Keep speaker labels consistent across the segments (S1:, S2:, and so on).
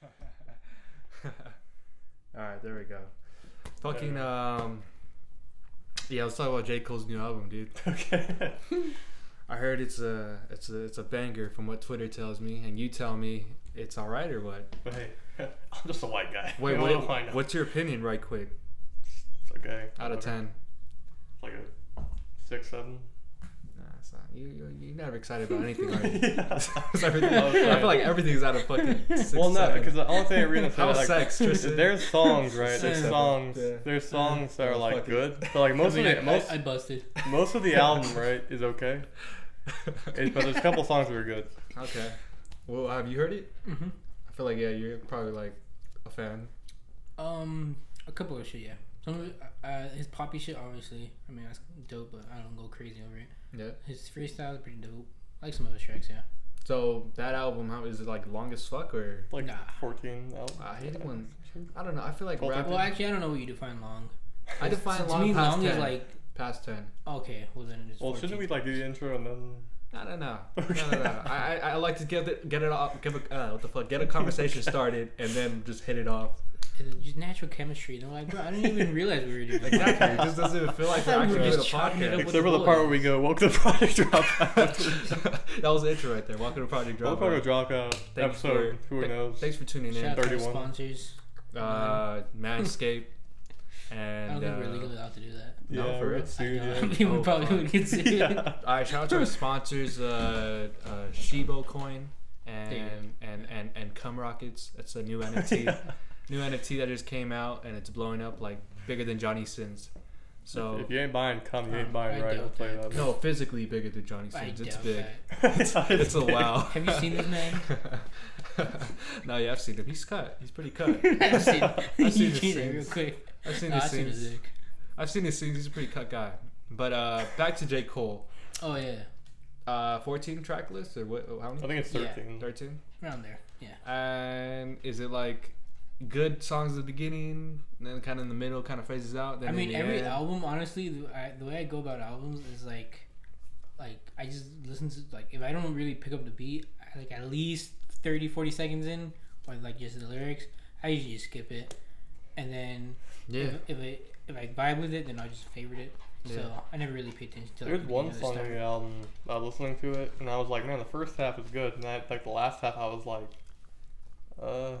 S1: There we go. Fucking um. Yeah, let's talk about J Cole's new album, dude.
S2: Okay.
S1: I heard it's a it's a it's a banger from what Twitter tells me, and you tell me it's all right or what?
S2: but hey, I'm just a white guy.
S1: Wait,
S2: I
S1: what,
S2: don't mind.
S1: what's your opinion, right quick?
S2: It's okay.
S1: Out of
S2: Whatever.
S1: ten.
S2: Like a six, seven.
S1: Nah, it's not. You, you you're never excited about anything. Are you?
S2: yeah.
S1: It's everything- I feel like everything's out of fucking. Six,
S2: well, no,
S1: seven.
S2: because the only thing I really say
S1: How
S2: like
S1: sex, Tristan?
S2: there's songs, right? There's
S1: Seven.
S2: songs.
S1: Yeah.
S2: There's songs that are
S1: Oh,
S2: like
S1: fuck it.
S2: good, but like most of
S3: I,
S2: the most
S3: I, busted.
S2: most of the album, right, is okay. It- but there's a couple songs that are good.
S1: okay. Well, have you heard it?
S2: Mm-hmm.
S3: Mhm.
S1: I feel like yeah, you're probably like a fan.
S3: Um, a couple of shit, yeah. Some of it, uh, his poppy shit, obviously. I mean, that's dope, but I don't go crazy over it.
S1: Yeah.
S3: His freestyle is pretty dope. Like some of his tracks, yeah.
S1: So that album, how is it like long as fuck or?
S2: Like
S3: Nah.
S2: 14 albums.
S1: I hate it when I don't know. I feel like
S2: Well,
S1: rap.
S3: Well, actually, I don't know what you define long.
S1: I define
S3: To
S1: long
S3: me,
S1: past
S3: long
S1: ten.
S3: is like
S1: past ten.
S3: okay. Well, then it's
S2: Well,
S3: 14.
S2: shouldn't we like do the intro and then?
S1: No, no, no,
S2: Okay.
S1: no, no, no. I, I, I like to get it, get it off, give a, uh, what the fuck, get a conversation started, and then just hit it off.
S3: And then just natural chemistry. And I'm like, bro, I didn't even realize we were doing that.
S1: Exactly. It just doesn't even feel like we're
S3: I thought we
S1: actually
S3: were
S1: doing a
S3: just chopping it
S1: podcast.
S3: up with
S2: Except for the
S3: bullet.
S2: part where we go, "Welcome to Project Dropout."
S1: that was the intro right there. Welcome to Project Drop.
S2: Welcome to Dropout
S1: Thanks
S2: episode.
S1: for-
S2: who knows?
S1: Thanks for tuning in.
S3: Shout out to our
S2: 31.
S3: sponsors.
S1: Uh, Manscaped
S3: I don't
S1: and
S3: think we're
S1: uh,
S3: legally allowed to do that.
S2: Yeah,
S1: No, for
S2: we're
S1: real.
S2: get sued,
S3: I
S2: yeah.
S3: know. People
S1: Oh,
S3: probably
S1: fuck.
S3: would get sued.
S2: Yeah.
S1: All right, shout out to our sponsors, uh, uh, Shibo Coin
S3: There
S1: and and and and Cum Rockets. That's a new NFT, new NFT that just came out and it's blowing up like bigger than Johnny Sins. So uh,
S2: If you ain't buying, come. You ain't
S3: Um,
S2: buying
S3: I
S2: right. I'll
S3: doubt
S2: play
S3: that.
S2: that.
S1: no, physically bigger than Johnny
S3: I
S1: Sins.
S3: doubt
S1: It's big.
S3: that.
S2: it's,
S1: It's a wow.
S3: Have you seen this man?
S1: no, yeah, I've seen him. He's cut. He's pretty cut.
S3: I've seen,
S1: I've seen
S3: you
S1: his
S3: change it
S1: scenes.
S3: real quick.
S1: I've seen
S3: No,
S1: his
S3: I've seen his
S1: scenes.
S3: dick.
S1: I've seen his scenes. He's a pretty cut guy. But uh, back to J Cole.
S3: Oh yeah,
S1: Uh, 14 track list or what? How
S2: I
S1: many?
S2: think it's
S3: Yeah.
S2: 13.
S1: 13.
S3: around there. Yeah.
S1: And is it like good songs at the beginning, and then kind of in the middle, kind of phases out? Then
S3: I
S1: in
S3: mean,
S1: the
S3: every
S1: end?
S3: album, honestly, the, I, the way I go about albums is like, like I just listen to like if I don't really pick up the beat, I, like at least 30, 40 seconds in, or like just the lyrics, I usually just skip it, and then
S1: Yeah.
S3: if, if it if I vibe with it, then I just favorite it. So
S1: Yeah.
S3: I never really pay attention to. Like,
S2: There's
S3: the
S2: one
S3: other
S2: song
S3: stuff.
S2: on the album. I was listening to it and I was like, man, the first half is good. And I, like the last half, I was like, uh,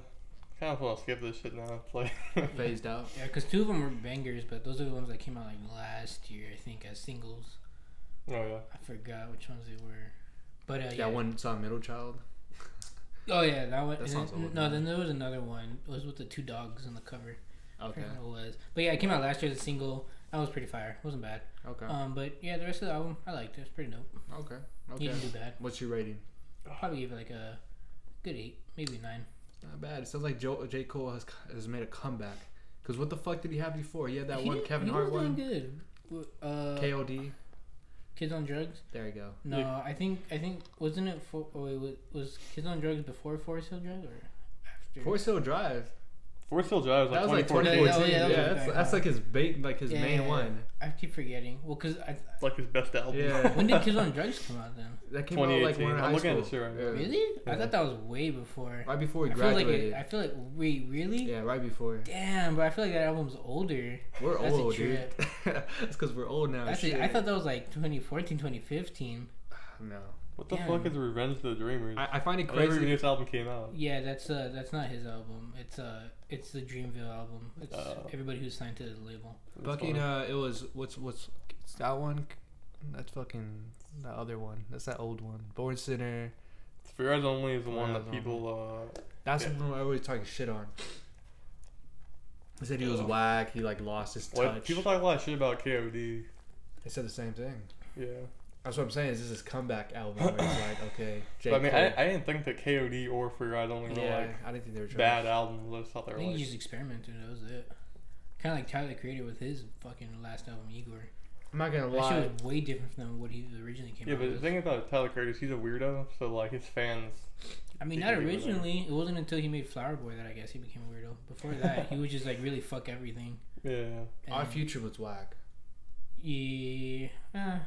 S2: kind of want to skip this shit now. It's like,
S1: Phased out.
S3: Yeah, because two of them were bangers, but those are the ones that came out like last year, I think, as singles.
S2: oh yeah.
S3: I forgot which ones they were. But uh,
S1: That
S3: yeah,
S1: one song, Middle Child.
S3: Oh yeah, that one.
S1: That
S3: and
S1: sounds
S3: then-
S1: old.
S3: no, then there was another one. It was with the two dogs on the cover. I
S1: Okay.
S3: forgot what it was. But yeah, it came out last year as a single. That was pretty fire. It wasn't bad.
S1: Okay.
S3: Um, but yeah, the rest of the album, I liked it. It's pretty dope.
S1: Okay.
S3: He
S1: Okay.
S3: didn't do bad.
S1: What's your rating?
S3: Probably give it like a good eight, maybe nine.
S1: Not bad. It sounds like Joe, J Cole has, has made a comeback. Cause what the fuck did he have before? He had that
S3: He
S1: one
S3: did-
S1: Kevin
S3: he
S1: Hart
S3: was
S1: one.
S3: doing good. W- Uh,
S1: KOD.
S3: Kids on Drugs.
S1: There you go.
S3: No,
S2: Yeah.
S3: I think I think wasn't it for oh, wait, wa- was Kids on Drugs before Forest Hill Drugs or after?
S1: Forest Hill Drive.
S2: Four Still Drive
S1: That was
S2: was
S1: like
S2: like
S1: 2014.
S2: 2014.
S3: Yeah, oh,
S1: yeah,
S3: yeah, that was
S1: that's,
S3: back
S1: that's
S3: on.
S1: like his bait, like his
S3: Yeah,
S1: main
S3: yeah, yeah.
S1: one.
S3: I keep forgetting. Well, cause I,
S2: It's like his best album.
S1: Yeah.
S3: when did Kids on Drugs come out then?
S1: That came out like when we were in
S2: 2018.
S1: high
S2: I'm looking at
S1: school.
S2: this shit right now.
S1: Yeah.
S3: Really? I
S2: Yeah.
S3: thought that was way before.
S1: Right before we
S3: I feel like
S1: graduated.
S3: it, I feel like wait, really?
S1: yeah, right before.
S3: Damn, but I feel like that album's older.
S1: We're
S3: That's a
S1: old, dude.
S3: trip.
S1: That's because we're old now.
S3: Actually,
S1: shit.
S3: I thought that was like 2014, 2015.
S1: no.
S2: What the
S3: Yeah.
S2: fuck is Revenge of the Dreamers? I,
S1: I, I find it
S2: never even knew
S1: crazy.
S2: this album came out.
S3: Yeah, that's uh, that's not his album. It's uh, it's the Dreamville album. It's
S2: Oh.
S3: everybody who's signed to the label.
S2: It's
S1: Fucking,
S2: fine.
S1: uh, it was what's what's it's that one? That's fucking the other one. That's that old one. Born Sinner.
S2: Sphere Eyes Only is the one
S1: Yeah,
S2: that
S1: I don't
S2: people. Uh,
S1: That's
S2: Yeah.
S1: the one I always talking shit on. They said he was
S2: Oh.
S1: whack. He like lost his touch.
S2: what, people talk a lot of shit about KOD.
S1: they said the same thing.
S2: Yeah,
S1: That's what I'm saying. Is this is comeback album? Where it's like okay, J.
S2: but I mean,
S1: Cole.
S2: I, I didn't think that KOD or Free Eyes Only were
S1: yeah,
S2: like
S1: I didn't think they were trying.
S2: bad albums. I just thought they
S3: I
S2: were
S3: think he
S2: like
S3: just experimented. That was it. Kind of like Tyler the Creator with his fucking last album, Igor.
S1: I'm not gonna
S3: That
S1: lie.
S3: shit was way different from what he originally came
S2: Yeah,
S3: out
S2: but the
S3: with.
S2: thing about Tyler Creator is he's a weirdo, so like his fans.
S3: I mean,
S2: He
S3: not
S2: can do whatever.
S3: originally. It wasn't until he made Flower Boy that I guess he became a weirdo. Before that, he was just like really fuck everything.
S2: Yeah,
S1: Our
S3: And-
S1: future was whack.
S3: Yeah, eh,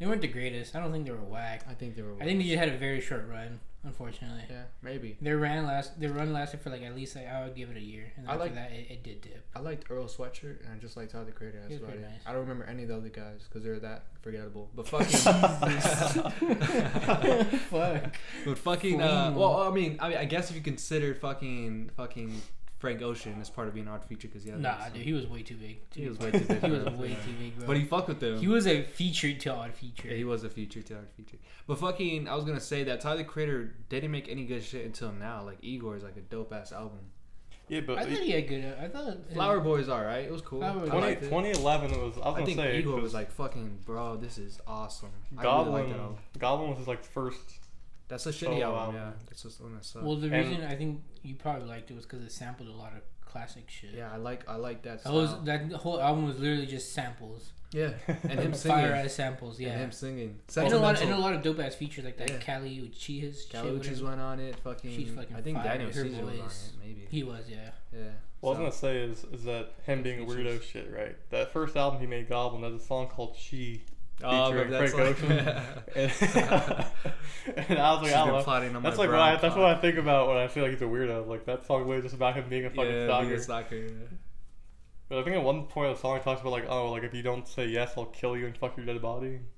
S3: they weren't the greatest. I don't think they were whack.
S1: I think they were.
S3: I think they just had a very short run. unfortunately.
S1: Yeah, maybe.
S3: Their ran last their run lasted for like at least like, I would give it a year, and
S1: I
S3: after
S1: like-
S3: that it, it did dip.
S1: I liked Earl Sweatshirt and I just liked Todd the Creator.
S3: He
S1: That's
S3: was
S1: about it.
S3: pretty nice.
S1: I don't remember any of the other guys because they're that forgettable. But fucking,
S3: Fuck.
S1: but fucking. Uh,
S3: Fool.
S1: well, I mean, I mean, I guess if you consider fucking, fucking Frank Ocean as part of being an odd feature, because yeah,
S3: Nah, dude, he was way too big.
S1: He
S3: dude.
S1: was way too big,
S3: He was
S1: bro.
S3: way too big, bro.
S1: But he fucked with them.
S3: He was a featured to odd feature.
S1: Yeah, he was a future to our future. But fucking, I was gonna say that Tyler the Creator didn't make any good shit until now. Like Igor is like a dope ass album.
S2: Yeah, but
S3: I
S2: it-
S3: thought he had good. I thought uh,
S1: Flower Boy is alright. It was cool.
S3: Flower Boy.
S1: I,
S2: 20,
S1: liked it.
S2: 2011 was. I was
S1: I
S2: gonna
S1: think
S2: say
S1: Igor was
S2: because
S1: like fucking bro. This is awesome. I really
S2: Goblin.
S1: like that album.
S2: Goblin was his like first.
S1: That's a shitty
S2: Solo
S1: album.
S2: album.
S1: Yeah, that's just one that sucks.
S3: Well, the
S2: And-
S3: reason I think you probably liked it was because it sampled a lot of classic shit.
S1: yeah, I like I like that.
S3: That
S1: Style.
S3: was that whole album was literally just samples,
S1: yeah, and him
S3: fire
S1: singing.
S3: ass samples. Yeah,
S1: And him singing.
S3: and a lot and a
S1: Sentimental.
S3: lot of dope ass features like that.
S1: Yeah.
S3: Cali Uchiha's shit.
S1: Kaluchi's
S3: whatever.
S1: went on it. Fucking.
S3: She's fucking
S1: I think
S3: fire.
S1: Daniel Caesar
S3: Her
S1: was on
S3: voice.
S1: it. Maybe.
S3: He was, yeah.
S1: yeah.
S2: What
S1: so-
S2: I was gonna say is is that him being a weirdo
S1: Features.
S2: shit, right? That first album he made, Goblin, has a song called She,
S1: Oh,
S2: featuring
S1: but that's
S2: Frank
S1: like-
S2: and, and I was like,
S1: She's
S2: I
S1: been
S2: don't know.
S1: plotting on my
S2: That's like what
S1: brown
S2: I, that's what
S1: cock.
S2: I think about when I feel like he's a weirdo. Like that song was just about him being a fucking
S1: yeah,
S2: stalker.
S1: being a stalker, yeah.
S2: But I think at one point the song talks about like, oh, like if you don't say yes, I'll kill you and fuck your dead body.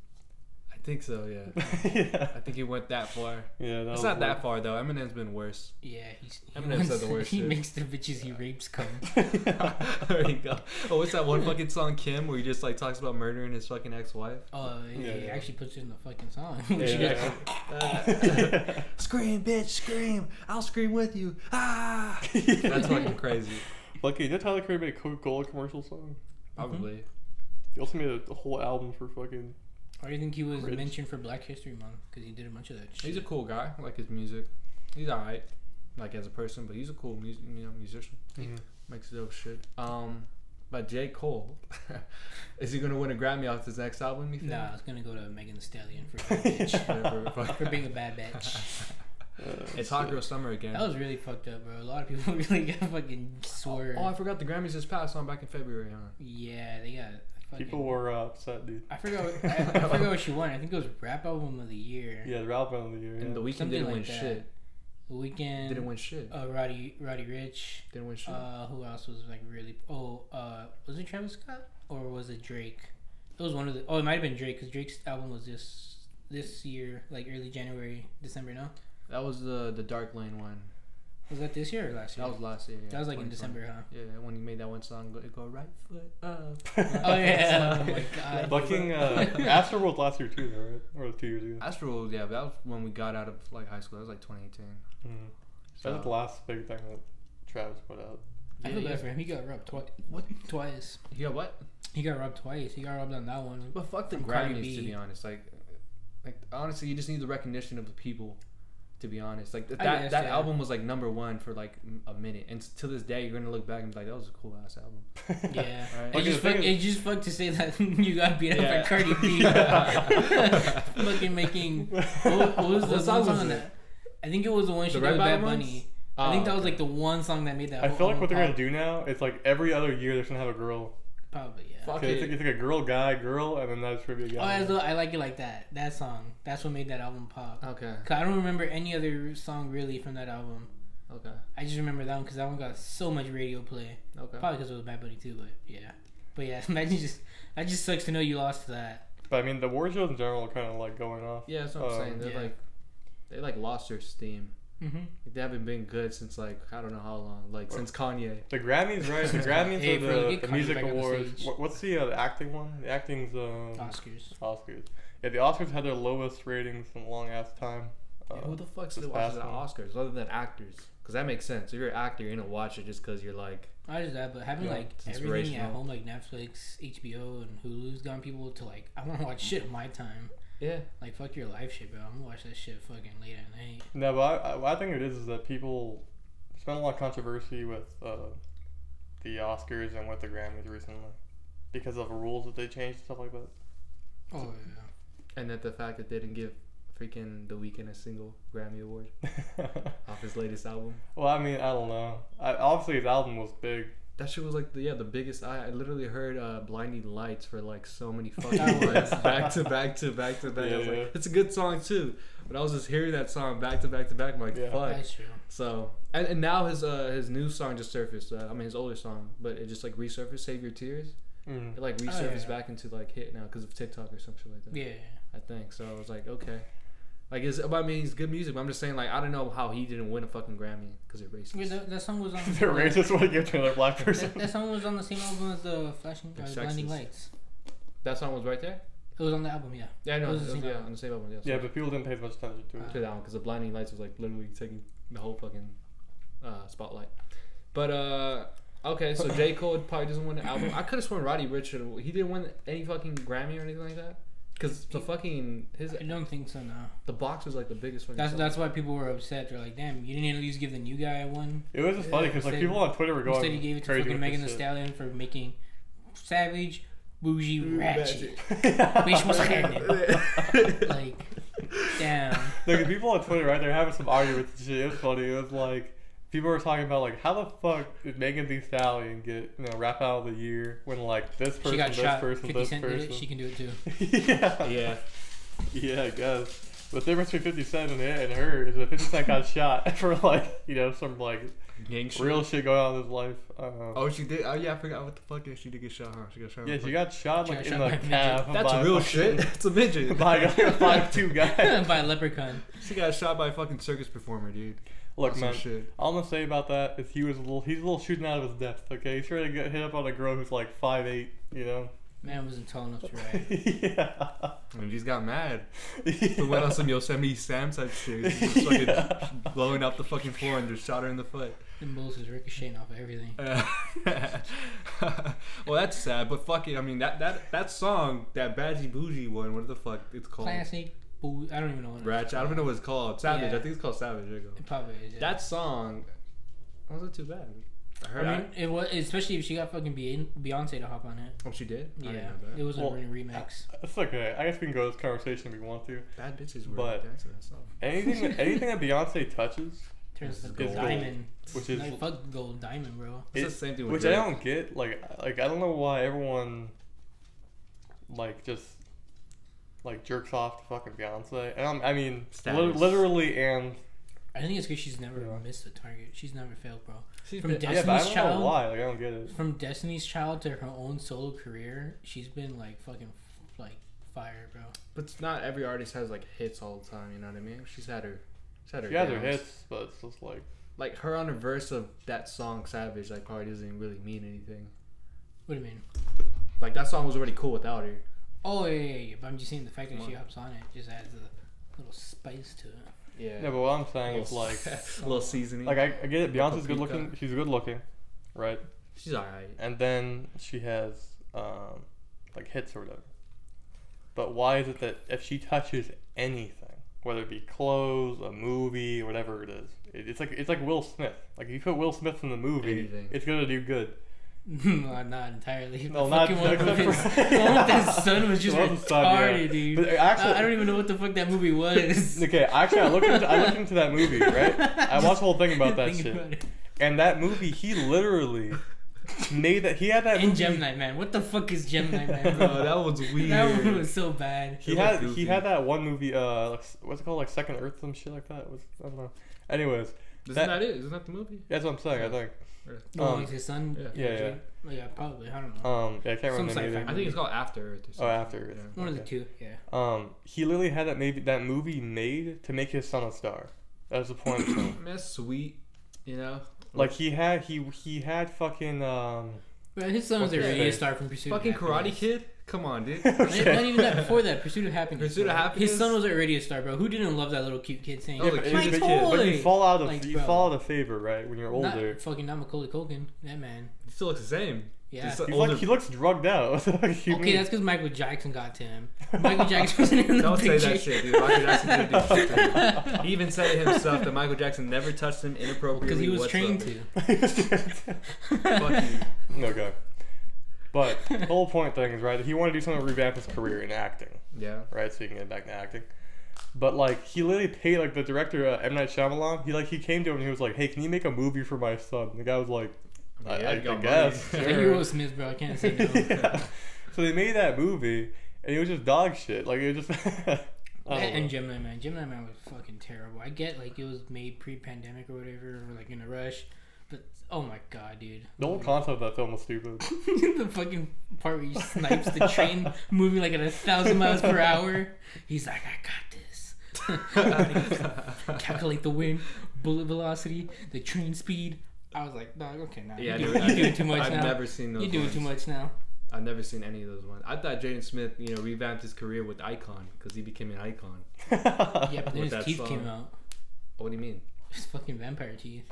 S1: I think so, yeah.
S2: yeah,
S1: I think he went that far.
S2: yeah. That
S1: It's
S2: was
S1: not that
S2: weird.
S1: far though. Eminem's been worse.
S3: Yeah, he's, he,
S1: Eminem said the worst
S3: he
S1: shit.
S3: makes the bitches he rapes come.
S1: there you go. Oh, what's that one fucking song, Kim, where he just like talks about murdering his fucking ex-wife?
S3: Oh, yeah,
S2: Yeah,
S3: he
S2: yeah.
S3: actually puts it in the fucking song.
S2: Yeah,
S3: She goes,
S2: yeah.
S1: scream, bitch, scream! I'll scream with you. Ah, that's fucking crazy.
S2: Lucky, did Tyler Creator make a Coca Cola commercial song?
S1: Probably.
S3: Mm-hmm.
S2: He also made a whole album for fucking.
S3: Or do you think he was
S2: Rich.
S3: mentioned for Black History Month because he did a bunch of that shit?
S1: He's a cool guy. I like his music. He's alright, like as a person, but he's a cool music, you know, musician.
S3: Mm-hmm.
S1: Makes dope shit. Um, but J Cole, is he gonna win a Grammy off his next album? You think?
S3: Nah, it's gonna go to Megan Thee Stallion for being a bitch. for being a bad bitch.
S2: Uh,
S1: It's Hot
S2: shit.
S1: Girl Summer again.
S3: That was really fucked up, bro. A lot of people really got fucking
S1: oh,
S3: swerved.
S1: I forgot the Grammys just passed on back in February. Huh?
S3: yeah, they got fucking.
S2: People were uh, upset, dude.
S3: I forgot. What, I, I forgot what she won. I think it was rap album of the year.
S2: Yeah, the album of the year.
S1: And the
S2: yeah.
S1: weekend
S3: Something
S1: didn't
S3: like
S1: win
S3: that.
S1: shit.
S3: The weekend.
S1: Didn't win shit.
S3: Uh, Roddy Roddy Rich.
S1: Didn't win shit.
S3: Uh, who else was like really? Oh, uh, was it Travis Scott or was it Drake? It was one of the. Oh, it might have been Drake because Drake's album was this this year, like early January, December. No,
S1: that was the the Dark Lane one.
S3: was that this year or last year?
S1: That was last year. Yeah.
S3: That was, like
S1: 2020.
S3: in December, huh?
S1: Yeah, when he made that one song, go, go right foot up.
S3: Oh yeah. oh
S1: Sorry.
S3: my god.
S2: Fucking uh, Astroworld last year too, though, right? Or two years ago.
S1: Astro, yeah, but that was when we got out of like high school. That was like 2018.
S2: Mm.
S1: So,
S2: That's the last big thing that Travis put out.
S3: I
S1: yeah,
S3: feel
S1: he-
S3: bad for him. He got robbed twice.
S1: What?
S3: Twice.
S1: Yeah, what?
S3: He got robbed twice. He got robbed on that one.
S1: But fuck the
S3: From Cardi
S1: Grammys,
S3: B.
S1: to be honest. Like, like honestly, you just need the recognition of the people. To be honest, like th-
S3: I
S1: that
S3: guess,
S1: that
S3: yeah.
S1: album was like number one for like m- a minute, and s- to this day, you're gonna look back and be like, that was a cool ass album.
S3: Yeah.
S1: All right.
S3: It
S2: Okay,
S3: just,
S2: the
S3: fuck,
S2: thing
S3: it just fucked to say that you got beat
S1: Yeah.
S3: up by Cardi B. Fucking making. What, what was the
S1: What song
S3: one song,
S1: was
S3: on
S1: it?
S3: that? I think it was the one she
S1: The
S3: did with
S1: Red Oh,
S3: Bad
S1: Bottom ones?
S3: Bunny. I think that was like the one song that made that.
S2: I
S3: whole
S2: feel like what
S3: album
S2: they're gonna do now,
S3: pop.
S2: it's like every other year they're gonna have a girl.
S3: Probably yeah.
S1: Fuck
S2: Okay. It's, like,
S1: it.
S2: it's like a girl, guy, girl, and then that's gonna be a
S3: Oh,
S2: guy.
S3: as though I like it like that. That song. That's what made that album pop.
S1: Okay.
S3: 'Cause I don't remember any other song really from that album.
S1: Okay.
S3: I just remember that one because that one got so much radio play.
S1: Okay.
S3: Probably because it was Bad Bunny too, but yeah. But yeah, that just that just sucks to know you lost to that.
S2: but I mean, the war shows in general are kind of like going off.
S1: Yeah, that's what I'm
S2: Um,
S1: saying. They're
S3: yeah.
S1: like, they like lost their steam.
S3: Mm-hmm.
S1: Like, they haven't been good since like I don't know how long. Like since Kanye.
S2: The Grammys, right? The Grammys
S3: Hey,
S2: are
S3: bro,
S2: the,
S3: get
S2: the
S3: Kanye
S2: music
S3: back on the
S2: awards.
S3: stage.
S2: What, what's the, uh, the acting one? The acting's um,
S3: Oscars.
S2: Oscars. Yeah, the Oscars had their lowest ratings in a long ass time. Uh,
S1: Yeah, who the fuck's
S2: this
S1: that watches
S2: past
S1: the Oscars other than actors? Because that makes sense. If you're an actor, you're gonna watch it just because you're like,
S3: Not just that, but having
S2: Yeah,
S3: like
S1: it's
S3: everything at
S1: inspirational.
S3: home, like Netflix, HBO, and Hulu's gotten people to like, I want to watch shit on my time.
S1: yeah,
S3: Like, fuck your life shit, bro. I'm gonna watch that shit fucking late at night.
S2: No, but I, I, what I think it is is that people there's been a lot of controversy with uh, the Oscars and with the Grammys recently because of rules that they changed and stuff like that.
S3: Oh
S1: and that the fact that they didn't give freaking The Weeknd a single Grammy award off his latest album.
S2: well, I mean, I don't know. I, obviously, his album was big,
S1: That shit was like the yeah the biggest. I, I literally heard uh, blinding lights for like so many fucking
S2: Yeah.
S1: months back to back to back to back. I was
S2: Yeah.
S1: like, it's a good song too, but I was just hearing that song back to back to back. I'm like,
S2: Yeah.
S1: fuck.
S3: That's true.
S1: So and, and now his uh his new song just surfaced. Uh, I mean his older song, but it just like resurfaced. Save your tears.
S2: Mm.
S1: It like resurfaced
S3: Oh, yeah.
S1: back into like hit now because of TikTok or some shit like that.
S3: Yeah.
S1: I think so. I was like, okay. Like, it's, I mean, it's good music, but I'm just saying, like, I don't know how he didn't win a fucking Grammy because it racist.
S3: yeah that, that song was on.
S2: They're racist when they give to another black person.
S3: That, that song was on the same album as the flashing
S1: They're
S3: uh, blinding
S1: sexist.
S3: lights.
S1: That song was right there?
S3: It was on the album, yeah.
S1: Yeah, I know.
S3: It
S1: It
S3: was the
S1: was,
S3: same
S1: yeah,
S3: album.
S1: on the same album, yes.
S2: yeah, but people didn't pay as much attention to
S3: Uh,
S2: it.
S1: To that one because the Blinding Lights was, like, literally taking the whole fucking uh, spotlight. But, uh, okay, so J. Cole probably doesn't win an album. I could have sworn Roddy Richard, he didn't win any fucking Grammy or anything like that. Because the fucking, his,
S3: I don't think so. No.
S1: the box was, like, the biggest one.
S3: That's that's why people were upset. They're like, "Damn, you didn't at least give the new guy one."
S2: It was just funny because like
S3: Instead-
S2: people on Twitter were going
S3: Instead, you gave it to
S2: crazy
S3: fucking
S2: with
S3: Megan Thee
S2: this
S3: Stallion for making savage, bougie,
S1: Ooh,
S3: ratchet.
S2: shit.
S3: Bitch was pregnant. like, damn.
S2: Like the people on Twitter, right? They're having some argument and shit. It was funny. It was like people were talking about like how the fuck did Megan Thee Stallion get you know rap out of the year when like this person,
S3: she got
S2: this
S3: shot.
S2: person,
S3: Fifty
S2: this
S3: Cent did
S2: person.
S3: it. She can do it too.
S2: yeah.
S1: yeah.
S2: Yeah, I guess. But the difference between 50 Cent and, it and her is that 50 Cent got shot for like you know some like
S1: Gang shit.
S2: real shit going on in his life. Um,
S1: Oh, she did. Oh, yeah, I forgot what the fuck. Yeah, she did get shot, huh? She got shot. in
S2: yeah,
S1: the
S2: she got shot
S3: She
S2: like
S3: got
S2: in
S3: shot
S2: the
S3: by a midget.
S2: calf.
S1: Oh, That's
S2: by a
S1: real
S2: fucking-
S1: shit. It's a midget.
S2: By a five two guy.
S3: By a leprechaun.
S1: She got shot by a fucking circus performer, dude.
S2: Look,
S1: Some
S2: man.
S1: shit.
S2: All I'm gonna say about that is he was a little he's a little shooting out of his depth. Okay, he's trying to get hit up on a girl who's like five eight. You know.
S3: Man wasn't tall enough to ride.
S2: yeah.
S1: And just got mad.
S2: yeah.
S1: We went on some Yosemite Sam type shit. He was just fucking blowing up the fucking floor and just shot her in the foot.
S3: Them bullets is ricocheting off of everything.
S1: Uh, well, that's sad, but fuck it. I mean, that that that song, that Badgy Bougie one, what the fuck it's called?
S3: Classic. Boo- I don't even know what. it's
S1: Ratchet. I don't even know what it's called. Savage.
S3: Yeah.
S1: I think it's called Savage. There you go.
S3: It probably is. Yeah.
S1: That song wasn't too bad. I
S3: I
S1: heard.
S3: mean, it was especially if she got fucking Beyonce Beyonce to hop on it.
S1: oh, she did. I didn't
S3: Yeah,
S1: know that.
S3: it was a
S2: Well,
S3: remix.
S2: It's okay. I guess we can go this conversation if we want to.
S1: Bad bitches were
S2: But-
S1: dancing that song.
S2: Anything that, anything that Beyonce touches,
S3: Turns
S1: It's
S3: to
S1: gold.
S3: diamond.
S2: which is
S3: Like, fuck gold diamond, bro.
S1: It's
S2: It-
S1: the same thing with
S2: which I
S1: Drake.
S2: don't get, like like I don't know why everyone like just like jerks off to fucking Beyonce. And I'm, I mean, li-
S1: Status.
S2: literally and
S3: I think it's because she's never
S2: Yeah.
S3: missed a target. She's never failed, bro.
S1: She's
S3: from
S1: been-
S3: Destiny's
S2: yeah, but I don't
S3: Child.
S2: know why. Like I don't get it.
S3: From Destiny's Child to her own solo career, she's been like fucking f- like fire, bro.
S1: But it's not every artist has like hits all the time. You know what I mean? She's had her, she's had her.
S2: She has her
S1: downs.
S2: hits, but it's just like
S1: Like her on the verse of that song "Savage" like probably doesn't really mean anything.
S3: What do you mean?
S1: Like that song was already cool without her.
S3: Oh yeah, yeah, yeah, But I'm just saying the fact that
S1: Come
S3: she
S1: on.
S3: hops on it just adds a little spice to it.
S1: Yeah.
S2: yeah. But what I'm saying is
S1: Little-
S2: like
S1: a little seasoning.
S2: like I, I get it. Beyonce's good
S1: Paprika.
S2: looking. She's good looking, right?
S1: she's alright.
S2: And then she has um like hits or whatever. But why is it that if she touches anything, whether it be clothes, a movie, whatever it is, it, it's like it's like Will Smith. Like if you put Will Smith in the movie,
S1: Anything.
S2: it's gonna do good.
S3: no, not entirely.
S2: No,
S3: The
S2: not
S3: fucking one with
S2: except
S3: his,
S2: for-
S3: the one with his son was just
S2: The one with the son, yeah.
S3: retarded, dude.
S2: But actually,
S3: I, I don't even know what the fuck that movie was.
S2: okay. Actually, I looked into I looked into that movie, right? I watched the whole thing about that
S3: Think
S2: shit.
S3: about it.
S2: And that movie, he literally made that. He had that.
S3: And
S2: movie,
S3: Gemini Man. What the fuck is Gemini Man?
S1: Oh,
S3: Bro?
S1: that one's weird.
S3: that one was so bad.
S2: He
S1: It looked
S2: had he
S1: goofy.
S2: had that one movie. Uh, like, what's it called? Like Second Earth, some shit like that. Was I don't know. Anyways,
S1: Isn't
S2: that-
S1: that, it? Isn't that the movie?
S2: that's what I'm saying. I think.
S3: Oh,
S2: Um,
S3: like his son.
S1: yeah.
S2: Yeah, yeah.
S3: Jake? Oh, yeah, probably. I don't know.
S2: Um, yeah, I can't
S3: Some
S2: remember the name
S3: sci-fi
S2: either.
S1: I think it's called After Earth. Or something.
S2: Oh, After Earth.
S1: Yeah.
S3: One of the
S2: okay.
S3: two. Yeah.
S2: Um, he literally had that maybe that movie made to make his son a star. That was the point. of the
S1: I
S2: film.
S1: mean, that's sweet. You know,
S2: Like he had he he had fucking um.
S3: But his son was
S2: Okay.
S3: already a star from Pursuit.
S1: fucking
S3: of
S1: Karate
S3: Happiness.
S1: Kid. Come on, dude.
S3: Not- Not even that. Before that, Pursuit of Happiness.
S1: Pursuit of
S3: bro.
S1: Happiness?
S3: His son was already a star, bro. Who didn't love that little cute kid saying,
S1: Oh,
S2: but,
S1: the
S2: you-
S1: cutest
S2: but you-
S3: kid.
S2: but you fall out of
S3: Like,
S2: you
S3: bro.
S2: fall out of favor, right? When you're
S3: Not
S2: older,
S3: fucking not Macaulay Culkin. That man.
S1: He still looks the same.
S3: Yeah.
S1: Just the
S2: he's
S1: older-
S2: like he looks drugged out. okay,
S3: okay, that's because Michael Jackson got to him. Michael Jackson wasn't in the
S1: Don't say
S3: picture.
S1: that shit, dude. Michael Jackson didn't do shit to him. He even said it himself that Michael Jackson never touched him inappropriately.
S3: Because he was trained to.
S1: whatsoever.
S3: Fuck
S1: Fuck you.
S2: okay. But the whole point thing is right. He wanted to do something to revamp his career in acting.
S1: Yeah.
S2: right? So you can get back to acting. But like he literally paid like the director uh, M Night Shyamalan. He like he came to him and he was like, "Hey, can you make a movie for my son?" The guy was like,
S1: I'm
S2: I,
S1: Yeah,
S2: I,
S1: you got
S2: I
S1: money.
S2: guess.
S1: Yeah,
S3: Like,
S2: sure.
S3: you're Will Smith, bro. I can't say no.
S2: yeah. So they made that movie, and it was just dog shit. Like it was just.
S1: Oh,
S2: I don't
S3: and,
S2: know.
S3: and Gemini Man. Gemini Man was fucking terrible. I get like it was made pre-pandemic or whatever, or like in a rush, but oh my god, dude.
S2: the whole concept of that film was stupid.
S3: the fucking part where he snipes the train moving like at a thousand miles per hour. He's like, I got this. Calculate the wind, bullet velocity, the train speed. I was like, dog, okay, now
S1: Yeah, I
S3: you're,
S1: never-
S3: doing, you're doing too much
S1: I've
S3: now.
S1: never seen those.
S3: you're doing
S1: ones.
S3: too much now.
S1: I've never seen any of those ones. I thought Jaden Smith, you know, revamped his career with Icon because he became an icon.
S3: Yeah, but then
S1: With
S3: his
S1: that
S3: teeth
S1: song.
S3: came out.
S1: What do you mean?
S3: His fucking vampire teeth.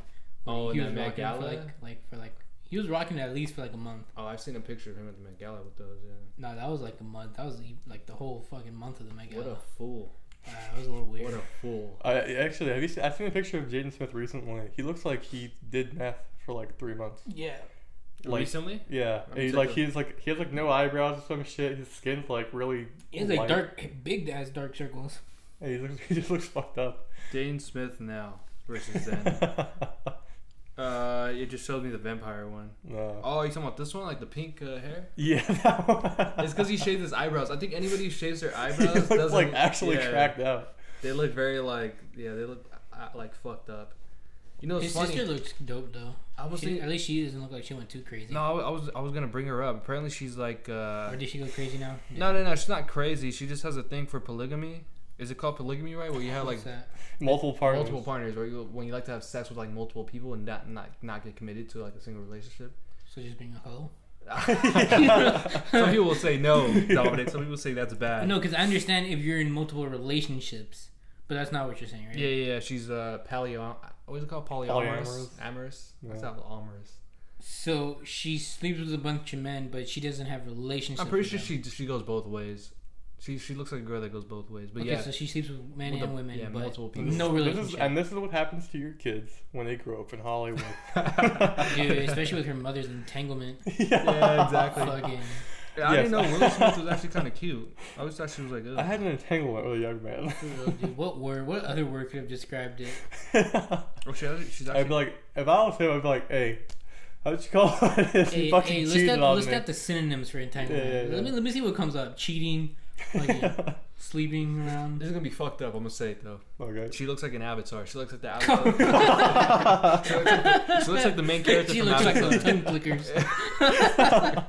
S1: Oh,
S3: he
S1: in
S3: was
S1: that Met
S3: rocking for
S1: Gala.
S3: like, like for like, he was rocking at least for like a month.
S1: oh, I've seen a picture of him at the Met Gala with those. Yeah.
S3: No, that was like a month. That was e, like the whole fucking month of the mega.
S1: What
S3: Wow,
S1: a fool!
S3: that was a little weird.
S1: What a fool!
S2: I actually have you seen, I've seen a picture of Jaden Smith recently. He looks like he did meth for like three months.
S3: yeah.
S2: Like-
S1: Recently,
S2: Yeah,
S1: Let
S2: and
S1: me
S2: he's
S1: check
S2: like
S1: the-
S2: he's like he has like no eyebrows or some shit. His skin's like really.
S3: He has like
S2: light.
S3: dark, big ass dark circles.
S2: And he looks he just looks fucked up.
S1: Jaden Smith now versus then. uh, it just shows me the vampire one.
S2: no.
S1: Oh, you talking about this one, like the pink uh, hair?
S2: Yeah, that one.
S1: It's because he shaved his eyebrows. I think anybody who shaves their
S2: he
S1: eyebrows
S2: looks
S1: doesn't
S2: like actually
S1: yeah,
S2: cracked out.
S1: They look very like yeah, they look uh, like fucked up. You know, it's
S3: His
S1: funny.
S3: sister looks dope though.
S1: I was
S3: She-
S1: thinking,
S3: at least she doesn't look like she went too crazy.
S1: No, I wa- I was I was gonna bring her up. Apparently, she's like. Uh,
S3: Or did she go crazy now?
S1: no, no, no. She's not crazy. She just has a thing for polygamy. Is it called polygamy, right? Where you have like
S3: What's that?
S2: Multiple parts.
S1: multiple partners, or you, when you like to have sex with like multiple people and not not, not get committed to like a single relationship.
S3: So just being a hoe.
S1: Some people will say no, Dominic. Some people say that's bad.
S3: No, because I understand if you're in multiple relationships, but that's not what you're saying, right?
S1: Yeah, yeah, yeah. She's uh paleo. What is it called? Polyamorous.
S2: Polyamorous.
S1: Amorous. That's
S2: Yeah.
S1: not amorous.
S3: So she sleeps with a bunch of men, but she doesn't have relationships.
S1: I'm pretty
S3: with
S1: sure
S3: them.
S1: she she goes both ways. She she looks like a girl that goes both ways. But
S3: Okay,
S1: yeah,
S3: so she sleeps with men
S1: With
S3: and
S1: the-
S3: women,
S1: yeah, multiple
S3: but
S1: people.
S3: no
S2: This is,
S3: relationship.
S2: and this is what happens to your kids when they grow up in Hollywood.
S3: Dude, especially with her mother's entanglement.
S1: yeah, exactly.
S3: Fucking.
S1: Yeah, I didn't
S2: Yes.
S1: know Will Smith was actually kind of cute. I always thought she was like,
S2: I
S1: Ugh.
S2: had an entanglement with a young man.
S3: Dude, what word? What other word could have described it?
S1: Oh, she, she's
S2: I'd
S1: actually.
S2: be like, if I was him, I'd be like, hey, how'd you call this?
S3: Hey,
S2: you
S3: hey,
S2: fucking
S3: list
S2: cheated
S3: out,
S2: on
S3: list
S2: me.
S3: out the synonyms for entanglement.
S2: Yeah, yeah, yeah.
S3: Let me let me see what comes up. Cheating, fucking sleeping around.
S1: This is gonna be fucked up. I'm gonna say it though.
S2: okay.
S1: She looks like an avatar. She looks like the avatar. she, looks like the, she looks like the main character
S3: She
S1: from
S3: looks like
S1: Avatar.
S3: some tongue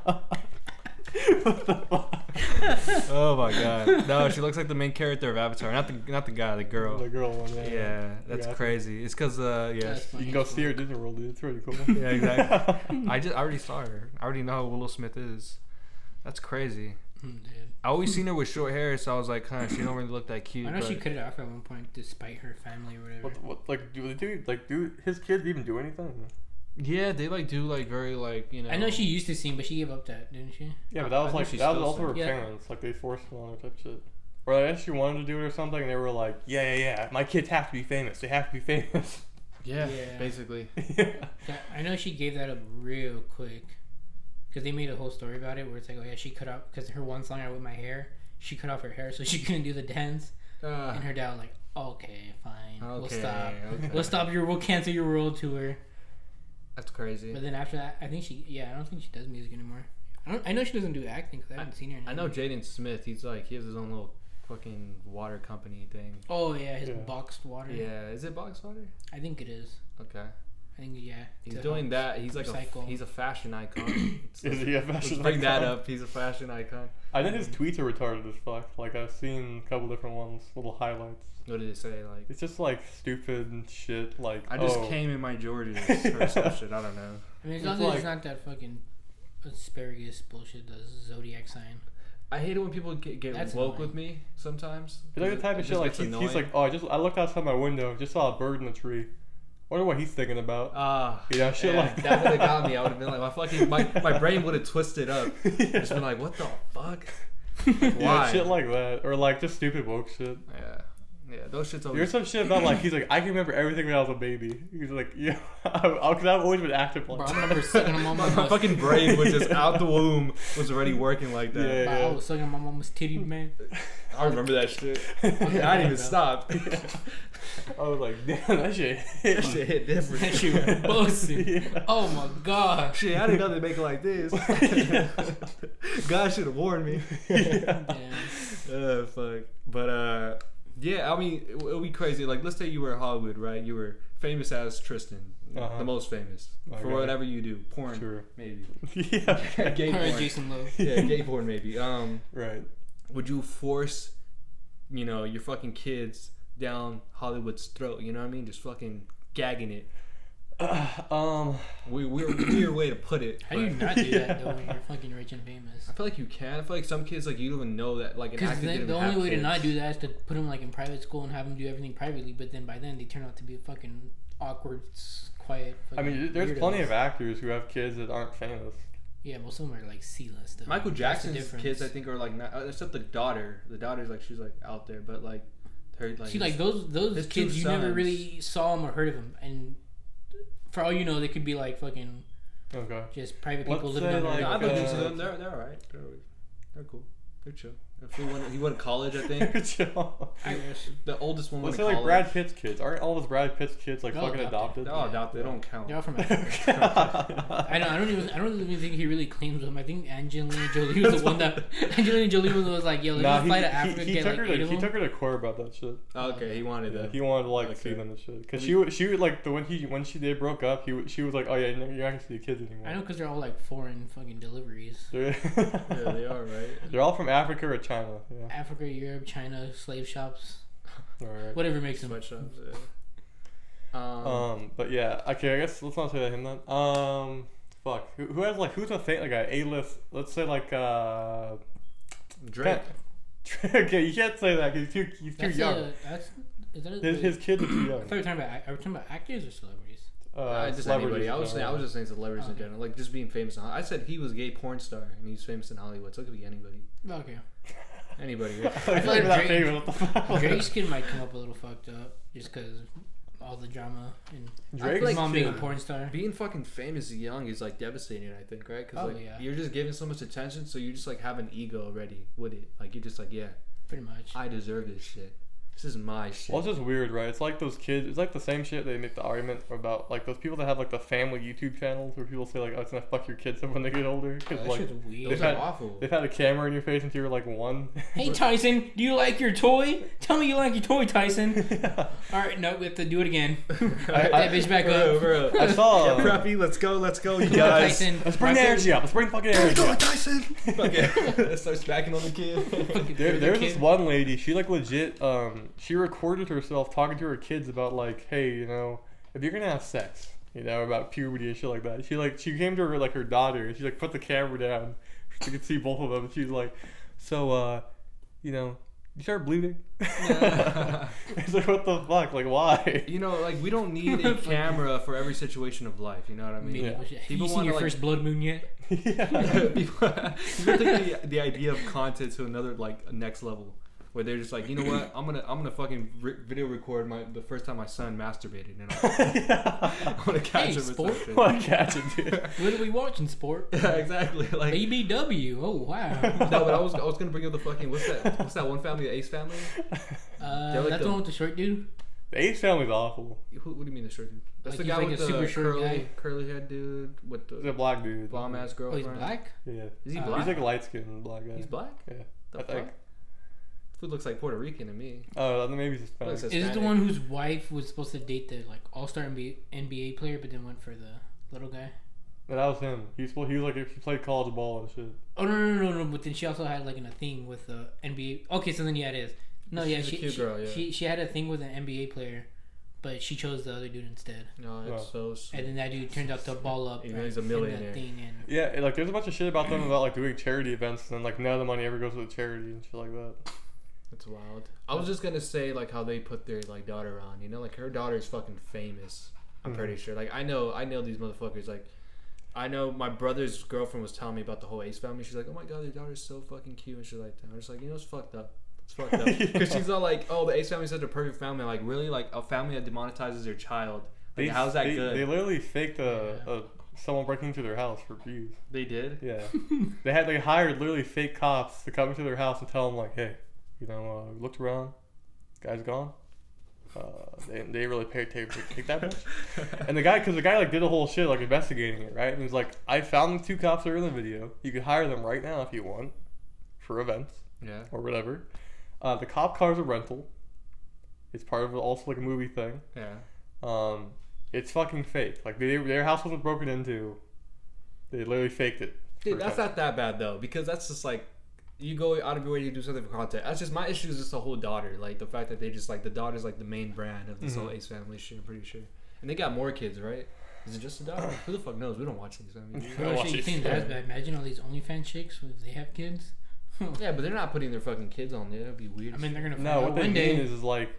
S3: flickers.
S1: oh my god. No, she looks like the main character of Avatar. Not the not the guy, the girl.
S2: The girl one, yeah.
S1: Yeah, that's
S2: Yeah.
S1: crazy. It's cause uh yeah.
S3: That's
S2: You
S3: funny
S2: can go
S3: as
S2: see her
S3: fuck.
S2: at Disney World, dude. It's really cool.
S1: Yeah, exactly. I just I already saw her. I already know who Willow Smith is. That's crazy.
S3: Mm, dude.
S1: I always seen her with short hair, so I was like, huh, she don't really look that cute.
S3: I know
S1: but
S3: she cut it off at one point, despite her family or whatever.
S2: What, what, like, do they do, like, do his kids even do anything?
S1: Yeah, they like do like very like you know.
S3: I know she used to sing, but she gave up that, didn't she?
S2: Yeah, but
S1: I
S2: that was
S1: think
S2: like
S1: she's
S2: that was
S1: still
S2: also her
S3: single. Yeah.
S2: parents. Like they forced her on her type shit. Or I guess she wanted to do it or something, and they were like, "Yeah, yeah, yeah, my kids have to be famous. They have to be famous."
S1: Yeah,
S3: Yeah.
S1: basically.
S2: yeah.
S3: That, I know she gave that up real quick, because they made a whole story about it where it's like, oh yeah, she cut off because her one song I with my hair, she cut off her hair so she couldn't do the dance,
S1: Uh,
S3: and her dad was like, okay, fine, we'll
S1: okay,
S3: stop,
S1: okay.
S3: we'll stop your, we'll cancel your world tour.
S1: That's crazy.
S3: But then after that, I think she, yeah, I don't think she does music anymore. I don't, I know she doesn't do acting because I haven't seen her. in
S1: I know
S3: anything.
S1: Jaden Smith. He's like he has his own little fucking water company thing.
S3: Oh yeah, his
S2: Yeah.
S3: boxed water.
S1: Yeah, is it box water?
S3: I think it is.
S1: Okay,
S3: I think yeah.
S1: he's
S3: to
S1: doing
S3: help
S1: that. He's like a,
S3: recycle.
S1: he's a fashion icon. So
S2: Is he a
S1: let's
S2: fashion
S1: bring that
S2: icon?
S1: up. He's a fashion icon.
S2: I think his tweets are retarded as fuck. Like I've seen a couple different ones, little highlights.
S1: What did it say? Like
S2: It's just like stupid shit. Like
S1: I just
S2: oh,
S1: came in my Jordans or some shit. I don't know.
S3: I mean, as
S2: It's
S3: long as
S2: like-
S3: it's not that fucking asparagus bullshit, the zodiac sign.
S1: I hate it when people get, get
S3: That's
S1: woke with me sometimes.
S2: It's like the type
S1: It
S2: of
S1: just
S2: shit like
S1: gets
S2: he's, he's
S1: annoying.
S2: like, oh, I just I looked outside my window, just saw a bird in the tree. Wonder what he's thinking about.
S1: ah.
S2: you know, shit
S1: yeah,
S2: like
S1: that would have got me. I would have been like, my fucking my, my brain would have twisted up. Just been like, what the fuck? Like,
S2: Yeah,
S1: why?
S2: shit like that, or like just stupid woke shit.
S1: yeah. Yeah, those shits
S2: There's
S1: always.
S2: some shit about like he's like I can remember everything when I was a baby. He's like yeah, because I've always been active.
S3: Bro,
S2: Like,
S3: I remember sucking on
S1: My,
S3: my mom's.
S1: my fucking brain was just out the womb, was already working like that.
S2: Yeah.
S3: Bro, I was sucking on my mom's titty, man.
S1: I remember that shit. Fucking, I didn't even stop.
S2: I was like, damn, that shit.
S1: that shit hit different.
S3: That shit was busting.
S2: Yeah.
S3: Oh my gosh.
S1: Shit, I didn't know they make it like this. God should have warned me.
S3: Yeah.
S1: Uh, fuck. But uh, yeah, I mean, it would be crazy. Like, let's say you were in Hollywood, right? You were famous as Tristan,
S2: Uh-huh.
S1: the most famous
S2: Okay.
S1: for whatever you do, porn
S2: Sure.
S1: maybe,
S2: Yeah.
S1: gay
S3: All right,
S1: porn,
S3: Jason Love.
S1: yeah, gay porn maybe. Um,
S2: Right.
S1: would you force, you know, your fucking kids down Hollywood's throat? You know what I mean? Just fucking gagging it.
S2: Uh, um.
S1: We weird, weird way to put it.
S3: How do you
S1: but-
S3: not do that though
S2: Yeah.
S3: when you're fucking rich and famous?
S1: I feel like you can. I feel like some kids like you don't even know that like an
S3: Because
S1: actor
S3: the,
S1: didn't
S3: the
S1: have
S3: only way to
S1: kids.
S3: not do that is to put them like in private school and have them do everything privately. But then by then they turn out to be fucking awkward, s- quiet.
S2: I mean,
S3: fucking
S2: there's plenty
S3: weirdos.
S2: of actors who have kids that aren't famous.
S3: Yeah, well, some are like C list. though.
S1: Michael
S3: That's the
S1: Jackson's
S3: difference.
S1: kids, I think, are like not, uh, except the daughter. The daughter's like she's like out there, but like her like
S3: See, like those those
S1: his two
S3: kids, you never
S1: sons-
S3: really saw them or heard of them, and for all you know, they could be like fucking
S2: Okay.
S3: just private
S2: Let's
S3: people living
S2: say,
S3: on
S1: No,
S3: their
S2: like,
S1: I
S3: own.
S2: uh,
S1: believe into them. They're they're all right. They're, they're cool. They're chill. If he went he went to college, I think.
S2: Chill.
S3: I guess.
S1: The oldest one went
S2: Let's say
S1: to
S2: like
S1: college.
S2: Brad Pitt's kids. Aren't all of Brad Pitt's kids like
S3: They're all
S2: fucking
S3: adopted.
S2: adopted?
S1: They're all adopted. They don't count.
S3: They're all from Africa. I
S2: I
S3: know. I don't even. I don't even think he really claims them. I think Angelina Jolie was the one that Angelina Jolie was the one that was like, "Yo, let's
S2: Nah,
S3: just
S2: he,
S3: fly to
S2: he, he,
S3: Africa and get
S2: took
S3: like
S2: her
S3: eight
S2: to,
S3: of
S2: he
S3: them."
S2: took her to court about that shit.
S1: okay, he wanted
S2: Yeah,
S1: that.
S2: he wanted to like see
S1: Okay.
S2: them and shit. Cause she was she was like the when he when she they broke up, he wa- she was like, oh yeah, you're not gonna see the kids anymore.
S3: I know because they're all like foreign fucking deliveries.
S2: They're,
S1: yeah, they are right.
S2: They're all from Africa or China. Yeah.
S3: Africa, Europe, China, slave shops,
S2: All right.
S3: whatever makes them.
S1: Sweatshops. Yeah. Um,
S2: Um, but yeah, okay. I guess let's not say that him then. Um, fuck. Who, who has like who's a thing like a A list? Let's say like uh.
S1: Drake.
S2: okay, you can't say that because he's too he's too
S3: That's
S2: young.
S3: A, that's is that a,
S2: His, his kids are too
S3: I thought
S2: young.
S3: we were talking about are we talking about actors or celebrities?
S1: Uh,
S2: Uh,
S1: just
S2: celebrities
S1: anybody. I was
S2: in
S1: saying, I was
S2: general.
S1: just saying celebrities in
S3: Okay.
S1: general, like just being famous. In, Hol- I said he was a gay porn star and he's famous in Hollywood, so it could be anybody.
S3: Okay.
S1: Anybody. right?
S2: I feel like
S3: like
S2: that
S3: Drake-
S2: famous. What the fuck?
S3: Drake's kid might come up a little fucked up just because all the drama and
S2: Drake's
S3: his mom being a
S2: kid.
S3: porn star.
S1: Being fucking famous young is like devastating, I think, right? Because
S3: Oh,
S1: like
S3: yeah.
S1: you're just giving so much attention, so you just like have an ego already with it. Like you're just like, yeah,
S3: Pretty much.
S1: I deserve this shit. This is my shit.
S2: Well, it's just weird, right? It's like those kids. It's like the same shit they make the argument about, like those people that have like the family YouTube channels where people say like, "Oh, it's gonna fuck your kids up when they get older,"
S3: Oh,
S2: because
S3: that
S2: like
S3: shit's
S1: Those
S3: weird.
S2: they've
S1: are
S2: had-
S1: awful.
S2: they've had a camera in your face since you were like one.
S3: Hey Tyson, do you like your toy? Tell me you like your toy, Tyson. All right, no, we have to do it again.
S2: I-
S3: Get that bitch back up.
S1: Bro, bro.
S2: I saw. um,
S1: Yeah, preppy, let's go, let's um, go, you
S3: Come on,
S1: guys.
S3: Tyson.
S2: Let's bring the
S3: Rocket-
S2: energy up. Let's bring fucking energy
S1: Go,
S2: up.
S1: Tyson. Fuck yeah. Starts backing on the kid.
S3: Fucking
S2: There,
S3: throw the
S2: there's
S3: kid.
S2: this one lady. She like legit. Um, she recorded herself talking to her kids about like, hey, you know, if you're gonna have sex, you know, about puberty and shit like that. She like she came to her like her daughter. and She like put the camera down. She could see both of them. She's like, so, uh, you know, you start bleeding. it's like what the fuck? Like why?
S1: You know, like we don't need a camera for every situation of life. You know what I mean?
S3: Maybe
S2: Yeah.
S3: we should- Have
S1: People
S3: you seen
S1: wanna,
S3: your
S1: like-
S3: first blood moon yet?
S2: yeah.
S1: people, people take the, the idea of content to another like next level where they're just like you know what i'm gonna i'm gonna fucking re- video record my the first time my son masturbated and i'm,
S2: yeah.
S1: I'm gonna catch
S3: Hey,
S1: him
S3: sport.
S1: with some shit.
S2: What catch it, dude?
S3: What are we watching, sport?
S1: yeah exactly like
S3: ABW. Oh wow.
S1: no but i was i was gonna bring up the fucking what's that what's that one family the ace family
S3: Uh,
S1: They're like
S3: that's the
S1: the-
S3: one with the short dude.
S2: The Ace family's awful.
S1: Who, what do you mean the short dude that's
S3: Like,
S1: the
S3: he's
S1: guy
S3: like
S1: with
S3: a
S1: the
S3: super short
S1: curly
S3: guy.
S1: curly head dude with
S2: He's a
S1: the
S2: black dude.
S1: bomb ass
S3: Oh, he's
S1: girlfriend
S3: black.
S2: Yeah.
S1: is he
S3: Uh,
S1: black
S2: He's like a light skinned black guy.
S1: he's black
S2: Yeah.
S1: the
S2: I
S1: fuck
S2: think.
S1: Dude looks like Puerto Rican to me.
S2: Oh, then maybe it's Hispanic.
S1: Looks like-
S3: Is it the
S1: Hispanic.
S3: one whose wife was supposed to date the like all star NBA, NBA player, but then went for the little guy?
S2: No, that was him. He was, he was like he played college ball and shit.
S3: Oh no no no no! But then she also had like an, a thing with the NBA. Okay, so then yeah, it is. No, yeah,
S1: She's a
S3: she,
S1: cute
S3: she,
S1: girl, yeah.
S3: she she had a thing with an NBA player, but she chose the other dude instead.
S1: No, it's so sweet.
S3: And then that dude turned out to ball up.
S1: He's
S3: right,
S1: a
S3: in
S1: millionaire.
S3: That thing and
S2: Yeah, and, like there's a bunch of shit about them about like doing charity events and then like none of the money ever goes to the charity and shit like that.
S1: That's wild. I was just gonna say like how they put their like daughter on, you know, like her daughter is fucking famous. I'm
S2: Mhm.
S1: pretty sure. Like I know, I know these motherfuckers. Like I know my brother's girlfriend was telling me about the whole Ace family. She's like, oh my god, their daughter's so fucking cute and shit like that. I'm just like, you know, it's fucked up. It's fucked up. Because she's all like, "Oh, the Ace family is such a perfect family." Like, really, like a family that demonetizes their child. Like,
S2: They-
S1: how's that
S2: they,
S1: good?
S2: They literally faked a, a someone breaking into their house for views.
S1: They, did.
S2: Yeah, they had they hired literally fake cops to come into their house and tell them like, hey, you know, uh, we looked around, guy's gone. Uh, they, they really paid take, take that much. and the guy, because the guy like did a whole shit like investigating it, right? And he's like, I found the two cops that are in the video. You could hire them right now if you want, for events
S1: Yeah.
S2: or whatever. Uh, the cop car's a rental. It's part of also like a movie thing.
S1: Yeah.
S2: Um, it's fucking fake. Like they, their house wasn't broken into. They literally faked it.
S1: Dude,
S2: for
S1: that's
S2: time.
S1: not that bad though, because that's just like you go out of your way to do something for content. That's just my issue is just the whole daughter, like the fact that they just like the daughter's like the main brand of this whole Ace Family shit. I'm pretty sure, and they got more kids, right? Is it just the daughter? Who the fuck knows? We don't watch these. Family.
S2: Yeah,
S3: I
S2: watch
S3: don't know if you
S2: these.
S3: think that's bad. Imagine all these OnlyFans chicks if they have kids.
S1: Yeah, but they're not putting their fucking kids on there. That'd be weird.
S3: I mean, they're gonna find
S2: No,
S3: out
S2: what they
S3: one day.
S2: mean is, is like,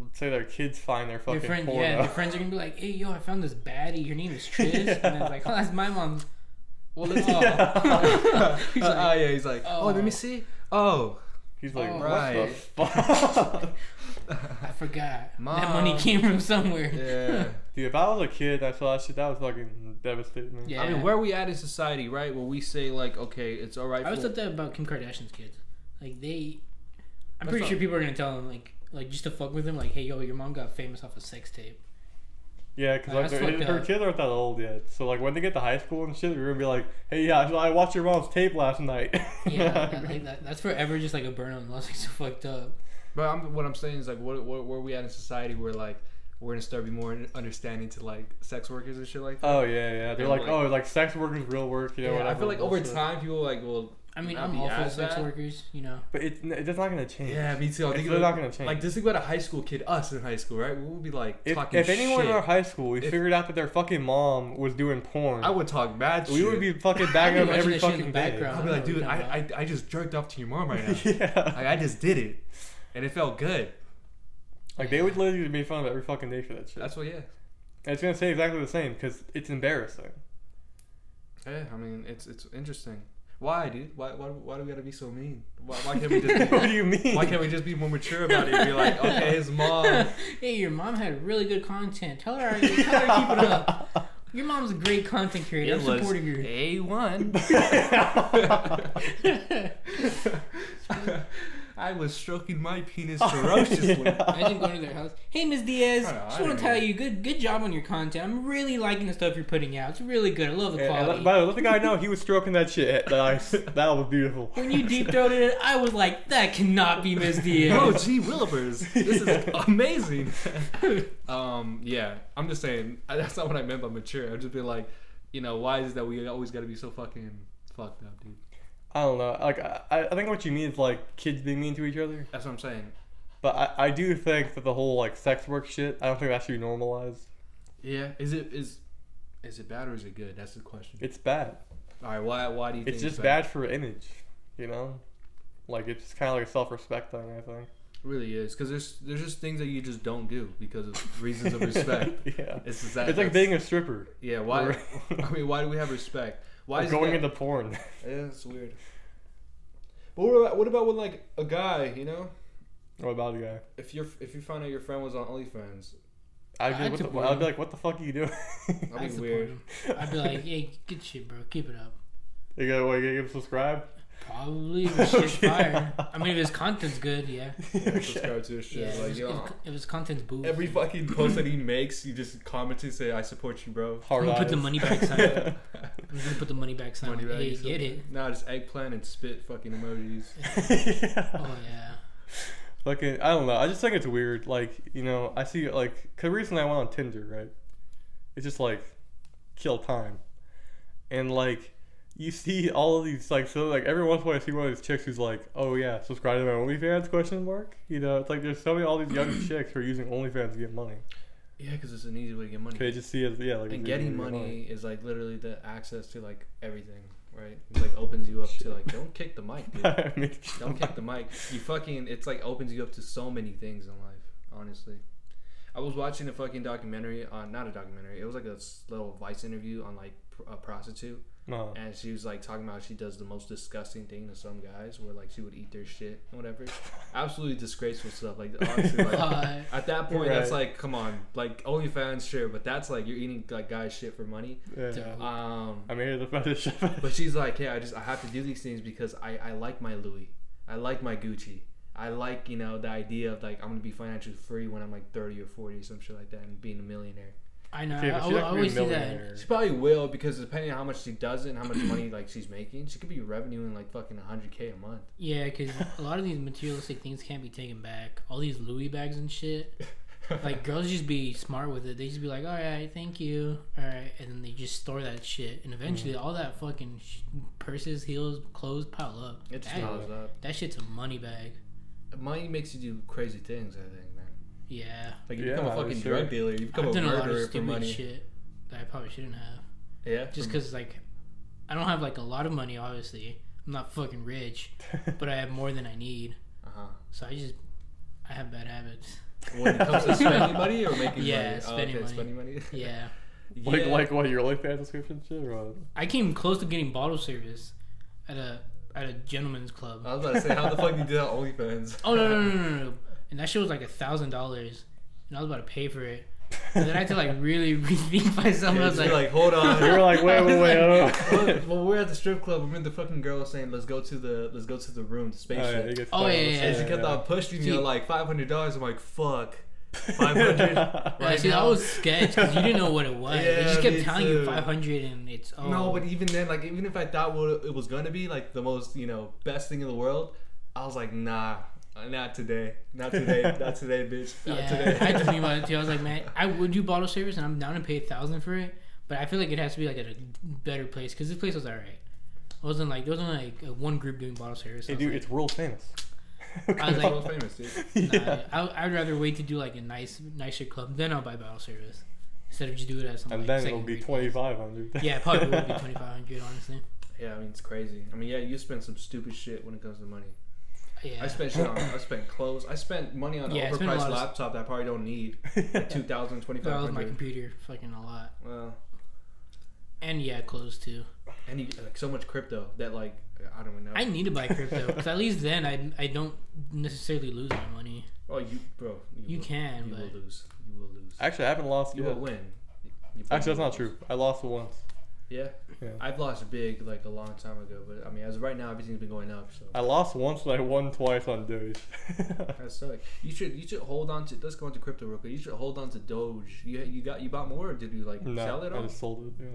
S2: let's say their kids find their
S3: Your
S2: fucking
S3: friend,
S2: porno.
S3: yeah, your friends are gonna be like, "Hey, yo, I found this baddie. Her name is Tris." And it's like, "Oh, that's my mom's." Well, let's all.
S2: Yeah.
S3: He's
S1: Uh,
S3: like,
S1: oh yeah, he's like, oh,
S3: oh.
S1: let me see. Oh,
S2: He's like,
S3: Oh,
S2: what
S1: right.
S2: the fuck?
S3: I forgot. That
S1: Mom.
S3: money came from somewhere.
S1: yeah.
S2: Dude, if I was a kid and I saw that shit, that was fucking devastating. man.
S3: Yeah.
S1: I mean, where are we at in society, right? Where we say like, okay, it's all right.
S3: I always
S1: for-
S3: thought that about Kim Kardashian's kids. Like they, I'm
S1: That's
S3: pretty
S1: not-
S3: sure people are gonna tell them like, like just to fuck with them, like, "Hey, yo, your mom got famous off a sex tape."
S2: Yeah, because
S3: Nah,
S2: like,
S3: that's
S2: her,
S3: fucked
S2: her
S3: up.
S2: kids aren't that old yet. So, like, when they get to high school and shit, you're gonna be like, hey, yeah, so I watched your mom's tape last night.
S3: Yeah, that, like that, that's forever just like a burn on love. Like so fucked up.
S1: But I'm, what I'm saying is like, what, what where are we at in society where like we're gonna start to be more understanding to like sex workers and shit like that?
S2: Oh yeah, yeah. They're
S1: And,
S2: like,
S1: like-
S2: oh, like sex work is real work, you know.
S1: yeah,
S2: whatever.
S1: I feel like over
S2: bullshit.
S1: time people like will.
S3: I mean,
S1: Not
S3: I'm
S1: the
S3: all for
S1: ass
S3: sex
S1: that.
S3: workers, you know.
S2: But it, it's not gonna change.
S1: Yeah, me too. I think
S2: It's really
S1: about-
S2: not gonna change.
S1: Like just think about a high school kid, us in high school, right? We would be like
S2: if,
S1: talking
S2: if anyone
S1: shit.
S2: in our high school, we
S1: If-
S2: figured out that their fucking mom was doing porn,
S1: I would talk mad.
S2: we
S1: shit.
S2: would be fucking
S3: I'd be
S2: bagging up
S3: watching
S2: every
S3: that shit in the
S2: fucking day.
S3: background.
S1: I'd be like,
S3: I don't
S1: dude,
S3: know what
S1: I, I I just jerked off to your mom right now.
S2: yeah.
S1: like I just did it, and it felt good.
S2: Like they would literally make fun of every fucking day for that shit.
S1: That's what. Yeah.
S2: and it's gonna stay exactly the same because it's embarrassing.
S1: Yeah. I mean, it's it's interesting. Why, dude? Why why, why do we gotta be so mean? Why, why can't we just
S2: what
S1: be,
S2: do you mean?
S1: why can't we just be more mature about it? and Be like, okay, his mom.
S3: Hey, your mom had really good content. Tell her, tell her to keep it up. Your mom's a great content creator. I'm supportive of your.
S1: A one. I was stroking my penis ferociously.
S3: Imagine going to their house. Hey, Ms. Diaz,
S1: I don't know,
S3: just
S1: I
S3: want
S1: don't
S3: to tell
S1: know.
S3: you, good, good job on your content. I'm really liking the stuff you're putting out. It's really good. I love the
S2: And- and
S3: quality.
S2: let- by the way, let the guy know he was stroking that shit. Nice. That was beautiful.
S3: when you deep throated it, I was like, that cannot be Ms. Diaz.
S1: Oh, gee, Willibers, this is amazing. um, yeah, I'm just saying I- that's not what I meant by mature. I've just been like, you know, why is it that we always got to be so fucking fucked up, dude?
S2: I don't know. Like I, I think what you mean is like kids being mean to each other.
S1: That's what I'm saying.
S2: But I, I do think that the whole like sex work shit, I don't think that should be normalized.
S1: Yeah, is it is is it bad or is it good? That's the question.
S2: It's bad.
S1: All right, why why do you?
S2: It's
S1: think
S2: just bad for image, you know? Like it's kind of like a self-respect thing, I think.
S1: It really is because there's there's just things that you just don't do because of reasons of respect.
S2: yeah.
S1: It's just that
S2: it's like
S1: that's-
S2: being a stripper.
S1: Yeah, why?
S2: Or-
S1: I mean, why do we have respect? Why
S2: or
S1: is
S2: going
S1: that-
S2: into porn.
S1: Yeah, it's weird. But what about what about when like a guy, you know,
S2: what about a guy?
S1: if you're if you found out your friend was on OnlyFans,
S2: I'd be, like,
S3: I'd
S2: what the,
S3: support
S2: I'd
S3: him.
S2: be like, what the fuck are you doing?
S1: that'd
S3: I'd
S1: be
S3: support
S1: weird.
S3: him. I'd be like, hey, good shit, bro. Keep it up.
S2: you gotta, what, you gotta give him subscribe?
S3: Probably if his shit's fire. I mean, if his content's good, yeah.
S1: Yeah, subscribe to his
S3: Yeah,
S1: shit.
S3: if,
S1: like,
S3: his,
S1: yo,
S3: if, if his content's boo.
S1: every fucking post that he makes, you just comment and say, "I support you, bro."
S2: Hard
S3: I'm gonna put the
S2: eyes.
S3: money back sign. I'm gonna put the money back sign.
S1: Money
S3: like,
S1: bag
S3: hey,
S1: or
S3: get
S1: something.
S3: it.
S1: Nah, just eggplant and spit fucking emojis.
S2: yeah.
S3: Oh yeah.
S2: Fucking, I don't know. I just think it's weird. Like, you know, I see, like, because recently I went on Tinder, right? It's just like, kill time. And, like, you see all of these, like, so, like, every once in a while I see one of these chicks who's like, oh, yeah, subscribe to my OnlyFans, question mark? You know, it's like there's so many, all these young chicks who are using OnlyFans to get money.
S1: Yeah, because it's an easy way to get money.
S2: They just see it, yeah, like,
S1: and
S2: it's
S1: getting
S2: easy to get
S1: money is like literally the access to like everything, right? It's like opens you up to like don't kick the mic, dude.
S2: I mean,
S1: Don't kick the mic. You fucking. It's like opens you up to so many things in life. Honestly, I was watching a fucking documentary on not a documentary. It was like a s- little Vice interview on like pr- a prostitute,
S2: No.
S1: and she was like talking about how she does the most disgusting thing to some guys, where like she would eat their shit and whatever. Absolutely disgraceful stuff. Like honestly, like.
S3: Uh,
S1: At that point, that's
S2: Right.
S1: like, come on, like OnlyFans, sure, but that's like you're eating like guys' shit for money.
S2: Yeah.
S3: dude.
S1: Um,
S2: I made it a fetish.
S1: but she's like, yeah, I just I have to do these things because I I like my Louis, I like my Gucci, I like you know the idea of like I'm gonna be financially free when I'm like 30 or 40 or some shit like that and being a millionaire.
S3: I know.
S2: Okay,
S3: I,
S2: but
S3: I
S2: she's not gonna be
S3: always
S2: a
S3: see that.
S2: millionaire.
S1: She probably will because depending on how much she does it and how much money like she's making, she could be revenuing like fucking 100k a month.
S3: Yeah, because a lot of these materialistic things can't be taken back. All these Louis bags and shit. Like girls just be smart with it. They just be like, "All right, thank you, all right," and then they just store that shit. And eventually,
S1: Mm.
S3: all that fucking sh- purses, heels, clothes pile up.
S1: it just
S3: That-
S1: piles up.
S3: That shit's a money bag.
S1: Money makes you do crazy things. I think, man.
S3: Yeah,
S1: Like you
S2: Yeah,
S1: become a
S2: for
S1: fucking
S2: sure.
S1: drug dealer, you become
S3: I've
S1: a
S3: done a lot of
S1: murderer for
S3: stupid
S1: money.
S3: shit that I probably shouldn't have.
S1: Yeah,
S3: Just
S1: for-
S3: because like, I don't have like a lot of money. Obviously, I'm not fucking rich, but I have more than I need.
S1: Uh-huh.
S3: So I just, I have bad habits.
S1: When it comes to spending money or making
S3: Yeah,
S1: money, Oh,
S3: spending money.
S1: spending money.
S3: Yeah.
S2: like,
S1: Yeah.
S2: like what your OnlyFans subscription shit or what?
S3: I came close to getting bottle service at a at a gentleman's club.
S1: I was about to say, how the fuck do you do that on OnlyFans?
S3: oh no, no no no no! no. And that shit was like a thousand dollars, and I was about to pay for it. And then I had to like really rethink myself.
S1: Yeah,
S3: I
S1: just
S3: was
S1: be
S3: like,
S1: like, hold on.
S2: You were like, wait, wait, wait. I don't know.
S1: Well, well, we're at the strip club. Remember the fucking girl was saying, "Let's go to the, let's go to the room, the
S2: Oh, yeah,
S1: spaceship."
S2: you get
S3: Oh,
S2: stuck on
S3: yeah,
S2: the
S3: yeah,
S1: and she
S2: side,
S1: kept on pushing me
S3: See-
S1: on like five hundred dollars. I'm like, fuck, five hundred.
S3: yeah,
S1: right
S3: see, that
S1: now.
S3: was sketch because you didn't know what it was.
S1: Yeah,
S3: they just kept
S1: me
S3: telling
S1: too.
S3: you five hundred, and it's oh.
S1: No, but even then, like, even if I thought what it was gonna be like the most, you know, best thing in the world, I was like, nah, uh, not today, not today, not today, bitch, not
S3: yeah,
S1: today.
S3: I had to think about it too. I was like, man, I would do bottle service, and I'm down to pay a thousand for it. But I feel like it has to be like at a better place because this place was alright. It wasn't like there wasn't like a one group doing bottle service. I
S2: Hey,
S3: was
S2: dude,
S3: like,
S2: it's world famous.
S3: I was
S1: It's
S3: like,
S1: world famous, dude.
S3: Nah, Uh, I, I'd rather wait to do like a nice, nicer club. Then I'll buy bottle service instead of just do it as some.
S2: and
S3: like,
S2: then it'll
S3: second
S2: be
S3: grade.
S2: twenty five hundred.
S3: Yeah, it probably would be twenty five hundred. Honestly,
S1: Yeah, I mean it's crazy. I mean, yeah, you spend some stupid shit when it comes to money.
S3: yeah.
S1: I spent shit on. I spent clothes. I spent money on an
S3: Yeah, I spent a lot
S1: overpriced
S3: of-
S1: laptop that I probably don't need. Like two thousand twenty
S3: that
S1: five
S3: was my
S1: hundred.
S3: computer, fucking a lot.
S1: Well,
S3: And yeah, clothes too.
S1: and you, like so much crypto that like I don't even know.
S3: I need to buy crypto because at least then I I don't necessarily lose my money.
S1: oh, you bro,
S3: You
S1: will,
S3: can,
S1: You
S3: but
S1: will lose. You will lose.
S2: Actually, I haven't lost
S1: you
S2: yet.
S1: will win. You
S2: Actually, that's
S1: will
S2: not
S1: lose.
S2: true. I lost once.
S1: Yeah.
S2: Yeah.
S1: I've lost big like a long time ago, but I mean as of right now everything's been going up. So
S2: I lost once, and I won twice on Doge.
S1: that sucks. You should you should hold on to. Let's go into crypto real quick. You should hold on to Doge. You you got you bought more or did you like sell
S2: no,
S1: it
S2: I
S1: all?
S2: just sold it. Yeah.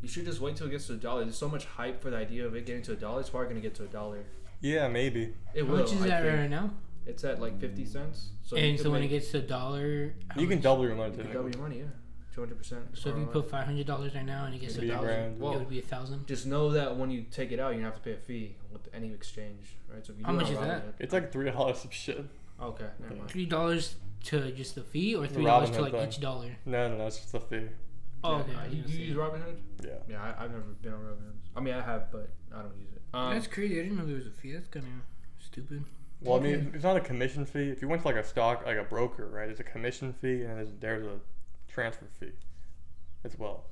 S1: You should just wait till it gets to a dollar. There's so much hype for the idea of it getting to a dollar. It's probably gonna get to a dollar.
S2: Yeah, maybe.
S1: It
S3: how
S1: will.
S3: much is
S1: I
S3: that
S1: think.
S3: right now?
S1: It's at like fifty cents. So you
S3: and
S1: could
S3: so when it
S1: make-
S3: gets to a dollar, how
S2: you can
S3: much-
S2: double your money.
S1: you could
S2: technically.
S1: double your money, yeah, two hundred percent.
S3: So if you put five hundred dollars right now and it gets
S2: It'd be
S3: to a
S2: a
S3: thousand,
S2: grand.
S3: it
S1: Whoa.
S3: would be a thousand.
S1: just know that when you take it out, you don't have to pay a fee with any exchange, right? So if you
S3: How
S1: do it
S3: much
S1: on
S3: is that?
S1: Robinhood- Oh,
S2: It's like three dollars some shit.
S1: okay, never mind.
S3: Three dollars to just the fee, or
S2: The
S3: three dollars to
S2: Robinhood
S3: like
S2: thing.
S3: each dollar.
S2: No, no, no, it's just a fee.
S3: Oh,
S1: Yeah,
S3: okay.
S1: uh,
S3: I
S1: you,
S3: didn't
S1: you
S3: see.
S1: use Robinhood?
S2: Yeah.
S1: Yeah, I, I've never been on Robinhood. I mean, I have, but I don't use it. Um,
S3: That's crazy. I didn't know there was a fee. That's kind of stupid.
S2: Well, I mean, it's not a commission fee. If you went to like a stock, like a broker, right? It's a commission fee, and there's, there's a transfer fee as well.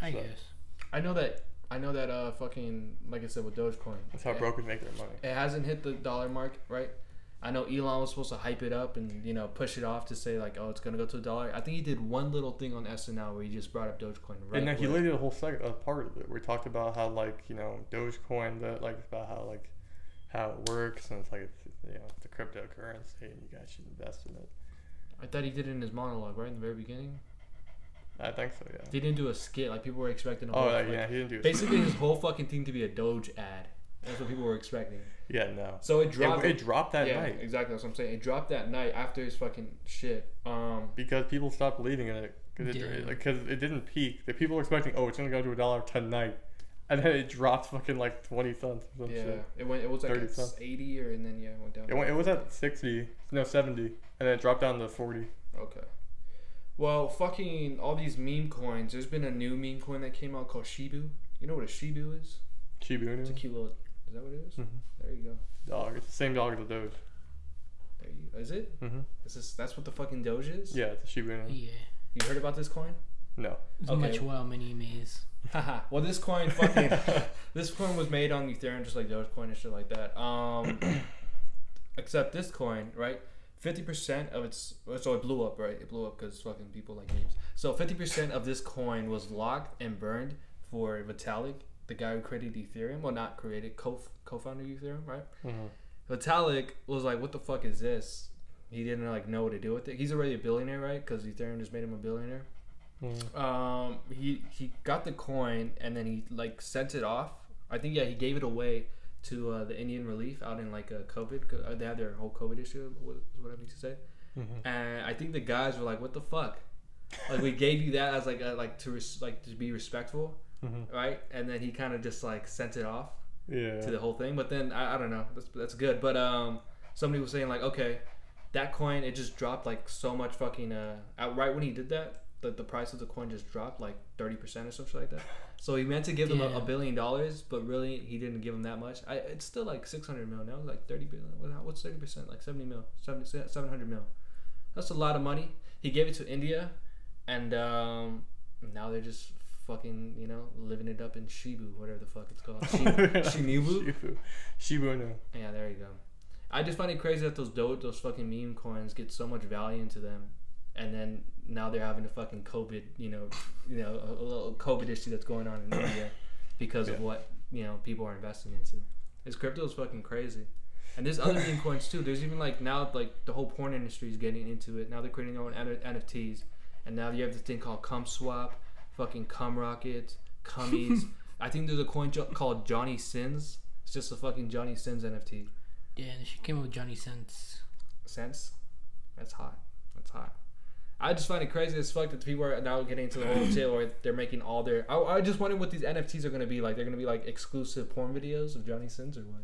S3: I
S2: So-
S3: guess.
S1: I know that. I know that. Uh, fucking like I said with Dogecoin,
S2: That's how
S1: it,
S2: brokers make their money.
S1: it hasn't hit the dollar mark, right? I know Elon was supposed to hype it up and you know push it off to say like, oh, it's gonna go to a dollar. I think he did one little thing on SNL where he just brought up Dogecoin. Right.
S2: and then he
S1: away.
S2: literally did a whole second uh, part of it. We talked about how like you know Dogecoin, that like about how like how it works, and it's like it's, you know it's a cryptocurrency, and you guys should invest in it.
S1: I thought he did it in his monologue right in the very beginning.
S2: I think so, yeah.
S1: He didn't do a skit like people were expecting. A
S2: Oh
S1: whole,
S2: like,
S1: like,
S2: yeah, he didn't do. It.
S1: Basically, his whole fucking thing to be a Doge ad. That's what people were expecting.
S2: Yeah, no.
S1: So it dropped.
S2: It, it dropped that
S1: yeah,
S2: night
S1: exactly. That's what I'm saying. It dropped that night after his fucking shit. Um,
S2: because people stopped believing in it because it,
S3: Yeah.
S2: like, 'cause it didn't peak. The people were expecting, oh, it's gonna go to a dollar tonight, and then it dropped fucking like twenty cents or some
S1: yeah,
S2: Oh, shit.
S1: it went. It was like
S2: 30
S1: at
S2: something.
S1: 80 or and then yeah, it went down.
S2: It went. It was at sixty, no seventy, and then it dropped down to forty.
S1: Okay. Well, fucking all these meme coins. There's been a new meme coin that came out called Shibu. You know what a Shibu is?
S2: Shiba
S1: It's a
S2: Inu.
S1: cute little. Is that what it is?
S2: Mhm.
S1: There you go.
S2: Dog. It's the same dog as the Doge.
S1: There Are you, is it?
S2: Mm-hmm.
S1: Is this? That's what the fucking Doge is.
S2: Yeah, it's a Shiba Inu.
S3: Yeah.
S1: You heard about this coin?
S2: No.
S3: It's
S1: Okay.
S3: much well many maze.
S1: Haha. well, this coin fucking this coin was made on Ethereum, just like Dogecoin and shit like that. Um, except this coin, right? Fifty percent of its so it blew up, right? It blew up because fucking people like memes. So fifty percent of this coin was locked and burned for Vitalik, the guy who created Ethereum. Well, not created, co co-founder of Ethereum, right?
S2: Mm-hmm.
S1: Vitalik was like, "What the fuck is this?" He didn't like know what to do with it. He's already a billionaire, right? Because Ethereum just made him a billionaire. Um, he he got the coin and then he like sent it off. I think yeah, he gave it away to uh, the Indian relief out in like a COVID. co- Uh, they had their whole COVID issue. What what I mean to say.
S2: Mm-hmm.
S1: And I think the guys were like, "What the fuck." like we gave you that as like a, like to res- like to be respectful,
S2: Mm-hmm.
S1: right? And then he kind of just like sent it off
S2: Yeah.
S1: to the whole thing. But then I, I don't know. That's that's good. But um, somebody was saying like, okay, that coin it just dropped like so much fucking uh, out right when he did that. The, the price of the coin just dropped like 30% or something like that. So he meant to give them a, a
S3: Damn.
S1: billion dollars, but really he didn't give them that much. I, it's still like 600 mil now, like 30 billion. what- how- What's 30%? Like 70 mil, 70, 700 mil. That's a lot of money. He gave it to India, and um, now they're just fucking, you know, living it up in Shibu, whatever the fuck it's called. Shibu. Shinibu?
S2: Shibu. Shibu Inu.
S1: Yeah, there you go. I just find it crazy that those doge, those fucking meme coins get so much value into them, and then now they're having a fucking COVID, you know, you know, a, a little COVID issue that's going on in India because of
S2: Yeah.
S1: what you know people are investing into. This crypto is fucking crazy, and there's other meme coins too. There's even like now like the whole porn industry is getting into it. Now they're creating their own N- NFTs, and now you have this thing called Cum Swap, fucking Cum Rocket, Cummies. I think there's a coin jo- called Johnny Sins. It's just a fucking Johnny Sins NFT.
S3: Yeah, and she came up with Johnny Sense.
S1: cents. That's hot. That's hot. I just find it crazy as fuck that people are now getting into the whole shit where they're making all their. I, I just wonder what these NFTs are gonna be like. They're gonna be like exclusive porn videos of Johnny Sins or what?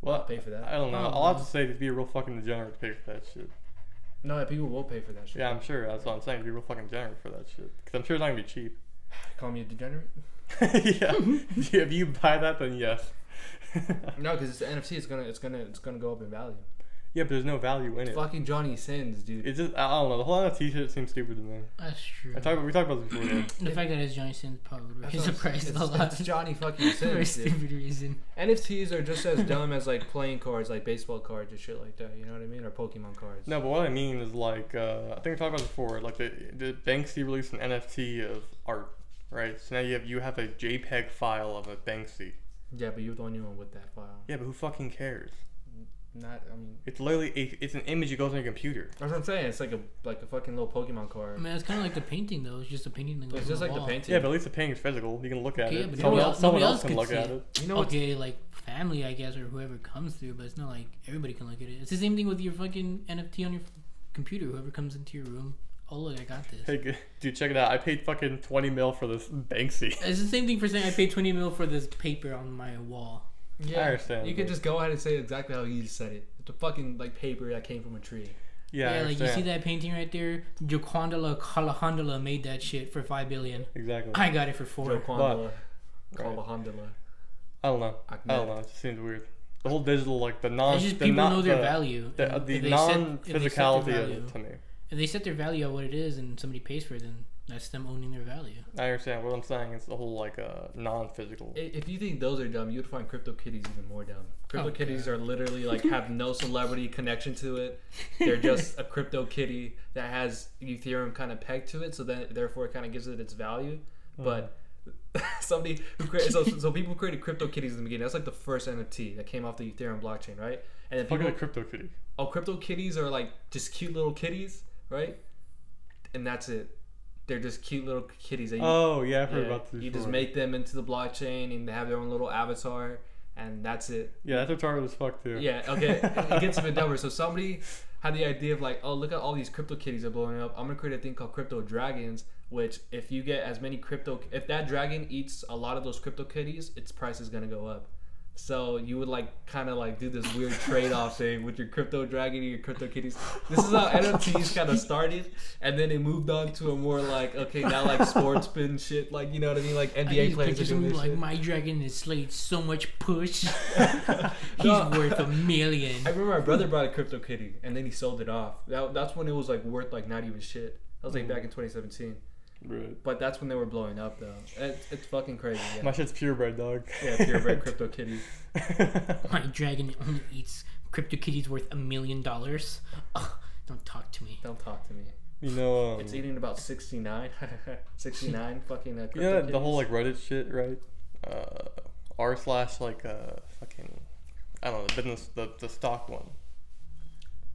S2: Well,
S1: Pay for that?
S2: I don't know.
S3: Oh,
S2: All I have
S3: no.
S2: to say is be a real fucking degenerate to pay for that shit.
S1: No, that people will pay for that shit.
S2: Yeah, I'm sure. That's what I'm saying. Be real fucking degenerate for that shit. Because I'm sure it's not going to be cheap.
S1: Call me a degenerate?
S2: yeah. If you- if you buy that, then yes.
S1: No, because it's the NFT. It's gonna, it's gonna, it's gonna go up in value.
S2: Yeah, but there's no value in it.
S1: Fucking Johnny Sins, dude.
S2: It's just, I I don't know. The whole NFT shit seems stupid to me.
S3: That's true.
S2: I talk, we talked about this before.
S3: the fact that it's Johnny Sins probably would
S1: That's what
S3: raise the
S1: I'm saying.
S3: price a
S1: It's-
S3: lot.
S1: It's Johnny fucking
S3: For a
S1: Sins. dude.
S3: stupid reason.
S1: NFTs are just as dumb as like playing cards, like baseball cards and shit like that. You know what I mean? Or Pokemon cards.
S2: No, but what I mean is like uh, I think I talked about it before. Like the, the Banksy released an NFT of art, right? So now you have you have a JPEG file of a Banksy.
S1: Yeah, but you're the only one with that file.
S2: Yeah, but who fucking cares?
S1: Not, I mean.
S2: It's literally a, it's an image that goes on your computer.
S1: That's what I'm saying. It's like a like a fucking little Pokemon
S3: I
S1: card.
S3: mean, it's kind of like the painting though. It's just a painting that goes
S1: It's just
S3: on
S1: like
S3: the
S1: the
S3: wall.
S1: painting.
S2: Yeah, but at least the painting's physical. You can look at
S3: Okay,
S2: it.
S3: but
S2: Someone
S3: nobody
S2: else,
S3: else-
S2: someone
S3: nobody
S2: else
S3: else
S2: can
S3: can
S2: look
S3: see
S2: at
S3: it.
S2: it.
S1: you know what's
S3: okay, like family, I guess, or whoever comes through, but it's not like everybody can look at it. It's the same thing with your fucking NFT on your f- computer. Whoever comes into your room, oh look, I got this.
S2: Hey, g- dude, check it out. I paid fucking twenty mil for this Banksy.
S3: It's the same thing for saying I paid twenty mil for this paper on my wall.
S1: yeah.
S2: I understand,
S1: You can
S2: but-
S1: just go ahead and say exactly how you said it. It's a fucking like paper that came from a tree.
S2: Yeah, I
S3: yeah like you see
S2: understand.
S3: that painting right there, Jocondola Calahondala made that shit for five billion.
S2: Exactly. I,
S3: I got it for four.
S1: Jocondola,
S2: Right.
S1: Kalahondala,
S2: don't know. I don't know. It just seems weird. The whole digital, like the non,
S3: it's just
S2: the
S3: people
S2: non,
S3: know their
S2: the,
S3: value.
S2: The, uh,
S3: and
S2: the
S3: if they set-
S2: non
S3: if they set
S2: physicality
S3: their
S2: of
S3: value-
S2: it to me.
S3: If they set their value at what it is and somebody pays for it, then that's them owning their value.
S2: I understand what I'm saying. It's the whole like uh, non-physical.
S1: I- If you think those are dumb, you'd find Crypto Kitties even more dumb. Crypto
S3: Oh,
S1: Kitties
S3: God.
S1: are literally like have no celebrity connection to it. They're just a Crypto Kitty that has Ethereum kind of pegged to it, so then therefore it kind of gives it its value. But somebody who created so, so people created Crypto Kitties in the beginning. That's like the first NFT that came off the Ethereum blockchain, right? And then
S2: Fucking
S1: people
S2: a crypto kitty.
S1: oh, crypto kitties are like just cute little kitties, right? And that's it. They're just cute little kitties. That you,
S2: Oh yeah, I've heard
S1: yeah,
S2: about this.
S1: you just
S2: before.
S1: make them into the blockchain and they have their own little avatar, and that's it.
S2: Yeah, that's retarded as fuck too.
S1: Yeah, okay. it gets a bit dumber. So somebody had the idea of like, oh, look at all these crypto kitties are blowing up. I'm gonna create a thing called crypto dragons, which if you get as many crypto, if that dragon eats a lot of those crypto kitties, its price is gonna go up. So you would like kind of like do this weird trade-off thing with your crypto dragon and your crypto kitties. This is how NFTs kind of started, and then it moved on to a more like okay now like sportsman shit, like you know what I mean, like
S3: I
S1: NBA
S3: just
S1: players
S3: picture
S1: are doing
S3: someone
S1: this
S3: like
S1: shit.
S3: my dragon is slayed so much push. He's
S1: No.
S3: worth a million.
S1: I remember my brother bought a crypto kitty and then he sold it off. That, that's when it was like worth like not even shit. That was like back in
S2: Mm-hmm.
S1: 2017,
S2: Right.
S1: but that's when they were blowing up though. It's, it's fucking crazy. Yeah,
S2: My shit's purebred, dog.
S1: yeah purebred crypto kitty.
S3: My dragon only eats CryptoKitties worth a million dollars. Ugh, Don't talk to me.
S1: Don't talk to me.
S2: you know, um,
S1: It's eating about 69, 69 fucking uh, crypto
S2: you know that- the
S1: kitties.
S2: whole like Reddit shit, right? Uh, r slash like uh fucking I don't know the business the, the stock one.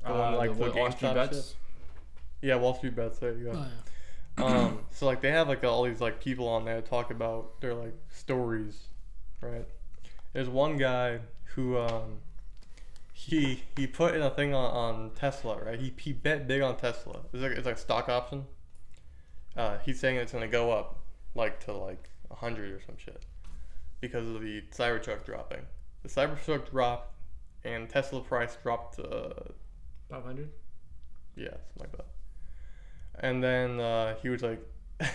S2: The one, like, the
S1: Uh, what,
S2: GameStop
S1: Austin Betts?
S2: Yeah, Wall Street bets. There you go.
S3: Uh,
S2: um, so like they have like all these like people on there that talk about their like stories, right? There's one guy who um, he he put in a thing on, on Tesla, right? He he bet big on Tesla. It's like it's like stock option. Uh, he's saying it's gonna go up like to like hundred or some shit because of the Cybertruck dropping. The Cybertruck dropped and Tesla price dropped uh,
S1: 500?
S2: yeah, something like that. And then uh, he was like,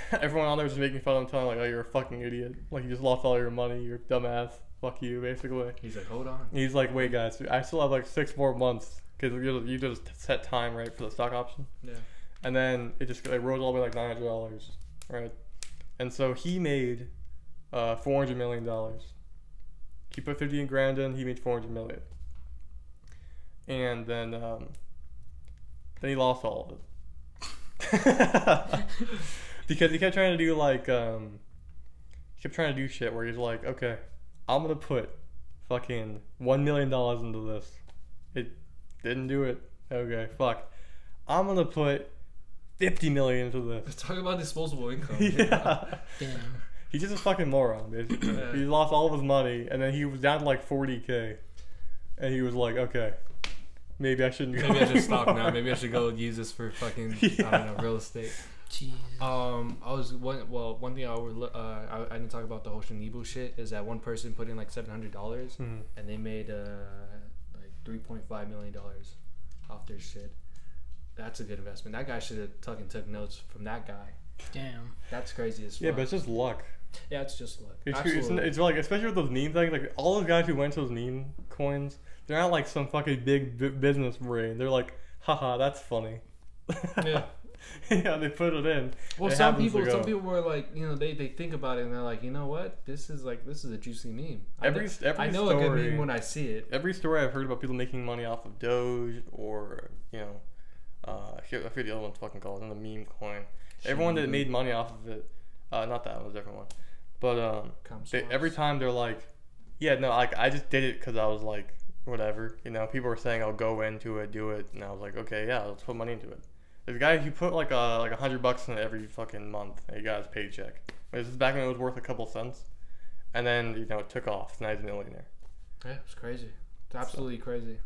S2: everyone on there was making fun of him, telling him, like, oh, you're a fucking idiot. Like, you just lost all your money. You're a dumbass. Fuck you, basically.
S1: He's like, hold on.
S2: And he's like, wait, guys, I still have like six more months because you you just set time right for the stock option.
S1: Yeah.
S2: And then it just like rose all the way like nine hundred dollars, right? And so he made uh, four hundred million dollars. He put fifteen grand in. He made four hundred million. And then um, then he lost all of it because he kept trying to do like um, he kept trying to do shit where he's like, okay, I'm gonna put fucking one million dollars into this. It didn't do it. Okay, fuck. I'm gonna put fifty million into this.
S1: Let's talk about disposable income.
S2: yeah.
S3: damn.
S2: He's just a fucking moron, basically.
S1: Yeah.
S2: He lost all of his money, and then he was down to like 40k, and he was like, "Okay, maybe I shouldn't go."
S1: Maybe I should stop now.
S2: anymore."
S1: Maybe I should go use this for fucking, I
S2: Yeah.
S1: don't know, real estate.
S3: Jeez.
S1: Um, I was one. Well, one thing I overlo uh, I, I didn't talk about the Hoshinibu shit is that one person put in like seven hundred dollars
S2: Mhm.
S1: and they made uh like three point five million dollars off their shit. That's a good investment. That guy should have fucking took notes from that guy.
S3: Damn.
S1: That's crazy as fuck.
S2: Yeah, but it's just luck.
S1: yeah, it's just luck.
S2: It's, it's,
S1: Absolutely.
S2: it's like, especially with those meme things, like all those guys who went to those meme coins, they're not like some fucking big b- business brain. They're like, haha, that's funny.
S1: Yeah.
S2: yeah, they put it in.
S1: Well,
S2: It
S1: some
S2: happens to
S1: people, some
S2: go.
S1: people were like, you know, they, they think about it and they're like, you know what, this is like, this is a juicy meme. I
S2: Every-
S1: kn-
S2: every
S1: I know a good
S2: story-
S1: meme when I see it.
S2: Every story I've heard about people making money off of Doge or, you know, uh, I forget I forget the other one's fucking called, another meme coin. Everyone that
S1: Shinobu.
S2: made money off of it, uh, not that one, it was a different one. But um,
S1: Cum
S2: they,
S1: swaps.
S2: every time they're like, yeah, no, like I just did it because I was like, whatever, you know. People were saying, "I'll go into it, do it," and I was like, okay, yeah, let's put money into it. This guy, he put like a like a hundred bucks in every fucking month. And he got his paycheck. This is back when it was worth a couple cents, and then you know it took off. So now he's a millionaire.
S1: Yeah, it's crazy. It's absolutely crazy.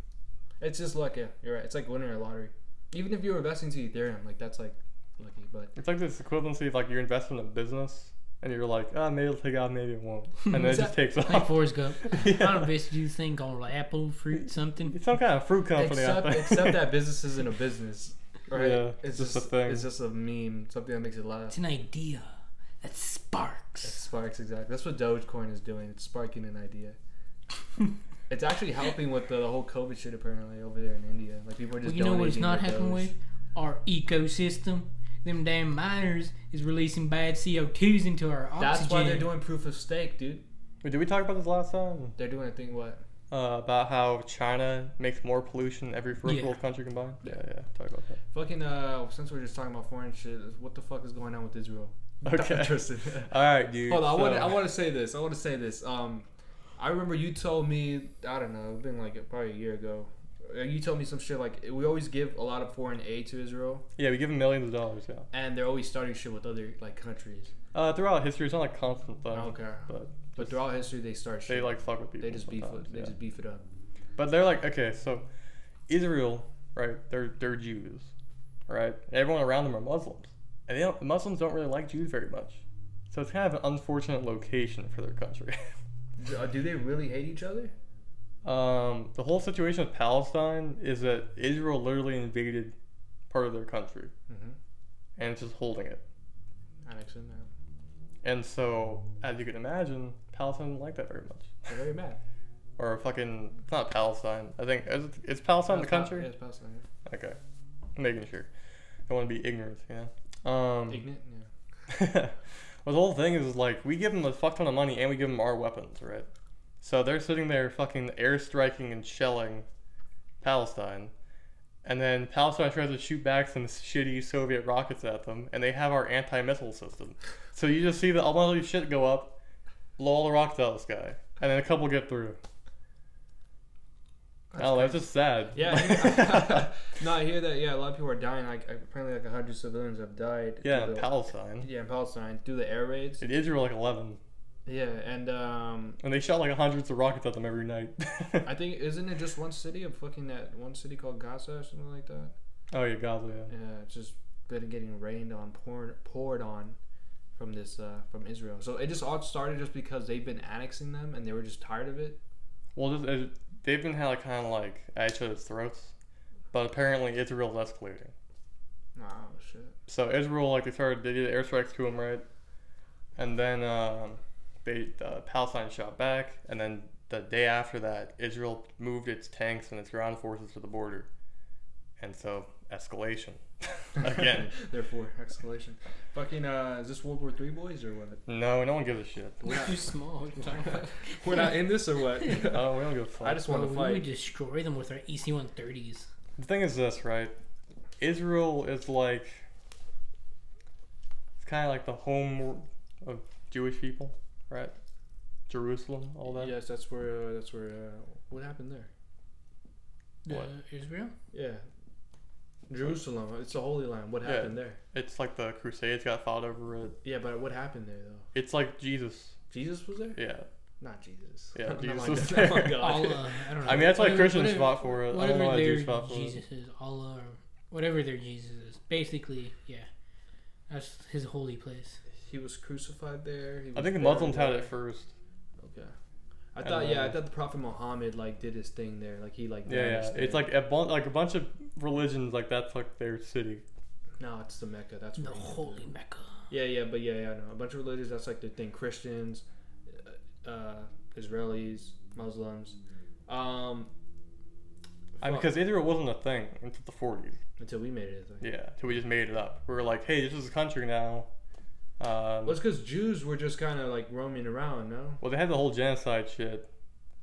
S1: It's just luck. Yeah, you're right. It's like winning a lottery. Even if you're investing to Ethereum, like that's like lucky. But
S2: It's like this equivalency of like you're investing in a business, and you're like, ah, maybe it'll take off, maybe it won't, and then it just takes
S3: Like
S2: off.
S3: Forrest Gump. I
S2: Yeah.
S3: don't basically do this thing called like apple fruit something.
S2: It's some kind of fruit company. I
S1: except
S2: think.
S1: except that business isn't a business, right?
S2: Yeah,
S1: it's
S2: just
S1: just
S2: a thing.
S1: It's just a meme. Something that makes it
S3: It's
S1: laugh.
S3: an idea that
S1: It
S3: sparks.
S1: sparks exactly. That's what Dogecoin is doing. It's sparking an idea. it's actually helping with the, the whole COVID shit apparently over there in India. Like people are
S3: Well,
S1: just
S3: you know what it's
S1: donating
S3: not
S1: their
S3: helping
S1: Doge.
S3: with? Our ecosystem. Them damn miners is releasing bad CO2s into our oxygen.
S1: That's why they're doing proof of stake, dude.
S2: Wait, did we talk about this last time?
S1: They're doing a thing. What?
S2: Uh, about how China makes more pollution than every first
S3: Yeah.
S2: world country combined.
S1: Yeah.
S2: yeah. Talk about that.
S1: Fucking uh, since we're just talking about foreign shit, what the fuck is going on with Israel?
S2: Okay.
S1: Interested.
S2: All right, dude.
S1: Hold on, I want to
S2: so-
S1: I want to say this. I want to say this. Um, I remember you told me I don't know, it's been like probably a year ago. Uh, You told me some shit like we always give a lot of foreign aid to Israel,
S2: Yeah, we give them millions of dollars. Yeah.
S1: and they're always starting shit with other like countries.
S2: Uh, throughout history, it's not a constant thing,
S1: okay,
S2: Um, but
S1: but throughout history they start
S2: they
S1: shit.
S2: like fuck with people.
S1: They just beef
S2: sometimes,
S1: it. They
S2: yeah.
S1: just beef it up.
S2: But they're like, okay, so Israel, right? They're they're Jews, right? Everyone around them are Muslims, and they don't, Muslims don't really like Jews very much. So it's kind of an unfortunate location for their country.
S4: do, uh, do they really hate each other?
S2: Um, the whole situation with Palestine is that Israel literally invaded part of their country
S1: Mm-hmm.
S2: and it's just holding it.
S1: Annexing now.
S2: And so, as you can imagine, Palestine didn't like that very much.
S1: They're very mad.
S2: Or fucking, it's not Palestine. I think is, it- is Palestine the
S1: Pal-
S2: country?
S1: Yeah, it's Palestine. yeah.
S2: Okay, making sure. I want to be ignorant, you know. Um,
S1: Ignorant. Yeah.
S2: well, the whole thing is like we give them a fuck ton of money and we give them our weapons, right? So they're sitting there fucking airstriking and shelling Palestine, and then Palestine tries to shoot back some shitty Soviet rockets at them, and they have our anti-missile system. So you just see the all of shit go up, blow all the rockets out of the sky, and then a couple get through. oh, that's just sad.
S1: Yeah, I hear- no, I hear that. Yeah, a lot of people are dying. Like apparently, like hundred civilians have died.
S2: yeah,
S1: through
S2: in
S1: the-
S2: Palestine.
S1: yeah, in Palestine through the air raids.
S2: In Israel, like eleven,
S1: Yeah, and um,
S2: and they shot like hundreds of rockets at them every night.
S1: I think isn't it just one city of fucking that one city called Gaza or something like that?
S2: oh yeah, Gaza. Yeah.
S1: Yeah, it's just been getting rained on, poured poured on from this uh, from Israel. So it just all started just because they've been annexing them and they were just tired of it.
S2: Well, just, uh, they've been kind of kind of like at each other's throats, but apparently Israel's escalating.
S1: Nah, shit.
S2: So Israel, like they started, they did airstrikes to them, right? And then um, they uh, Palestine shot back, and then the day after that, Israel moved its tanks and its ground forces to the border, and so escalation again.
S1: Therefore, escalation. Fucking uh, is this World War Three boys or what?
S2: No, no one gives a shit.
S1: We're
S3: We're
S1: not-
S3: too small. What are you talking about?
S1: We're not in this or what?
S2: Oh, we don't give a fuck.
S1: I just want
S3: Bro,
S1: to
S3: we would
S1: fight.
S3: destroy them with our E EC-130s.
S2: The thing is this, right? Israel is like it's kind of like the home of Jewish people, right? Jerusalem, all that.
S1: Yes, that's where. Uh, that's where. Uh, what happened there?
S2: What?
S3: Uh, Israel?
S1: Yeah, Jerusalem. It's the Holy Land. What
S2: Yeah.
S1: happened there?
S2: It's like the Crusades got fought over it.
S1: Yeah, but what happened there though?
S2: It's like Jesus.
S1: Jesus was there?
S2: Yeah,
S1: Not Jesus.
S2: Yeah,
S1: Not
S2: Jesus
S1: like
S2: was
S1: that.
S2: there.
S1: Oh, God.
S3: Allah. uh, I don't know.
S2: I mean that's why
S3: Whatever-
S2: Christians
S3: whatever-
S2: fought for it. I don't
S3: Whatever
S2: know why
S3: their
S2: Jews fought for it.
S3: Jesus is, Allah, or whatever their Jesus is. Basically, yeah. That's his holy place.
S1: He was crucified there. He was
S2: I think the
S1: buried
S2: Muslims had
S1: there.
S2: it first.
S1: Okay. I
S2: And
S1: thought yeah, I
S2: then-
S1: thought the Prophet Muhammad like did his thing there. Like he like
S2: Yeah, yeah.
S1: vanished there.
S2: It's like a bunch, like a bunch of religions, like that's like their city.
S1: no, it's the Mecca. That's
S3: The
S1: where he did
S3: holy
S1: it.
S3: Mecca.
S1: Yeah, yeah, but yeah, yeah, I know. A bunch of religions. That's like the thing. Christians, uh, uh, Israelis, Muslims. Um,
S2: I mean,
S1: fuck,
S2: because Israel wasn't a thing until the 40s.
S1: until we made it. a thing.
S2: Yeah, so we just made it up. We were like, hey, this is a country now. Um,
S1: Well, it's because Jews were just kind of like roaming around, no?
S2: well, they had the whole genocide shit,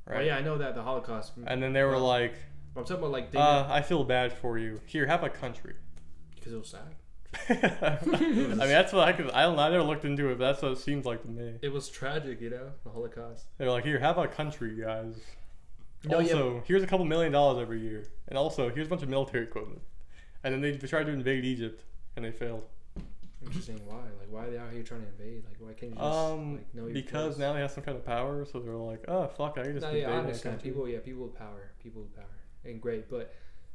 S1: Right.
S2: right?
S1: Oh, yeah, I know that the Holocaust.
S2: And then they were like,
S1: But I'm talking about like they
S2: uh, I feel bad for you. Here, have a country.
S1: because it was sad.
S2: I mean, that's what I could. I don't. know, I never looked into it. But that's what it seems like to me.
S1: It was tragic, you know, the Holocaust.
S2: They're like, here, have a country, guys.
S1: No, yeah.
S2: also, here's a couple million dollars every year, and also here's a bunch of military equipment. And then they tried to invade Egypt, and they failed.
S1: Interesting. Why? Like, why are they out here trying to invade? Like, why can't you just
S2: Um,
S1: like know your
S2: because
S1: place?
S2: now they have some kind of power, so they're like, oh fuck, I can just
S1: No,
S2: invade
S1: yeah, I
S2: my
S1: understand.
S2: country.
S1: People, yeah, people with power, people with power, and great, but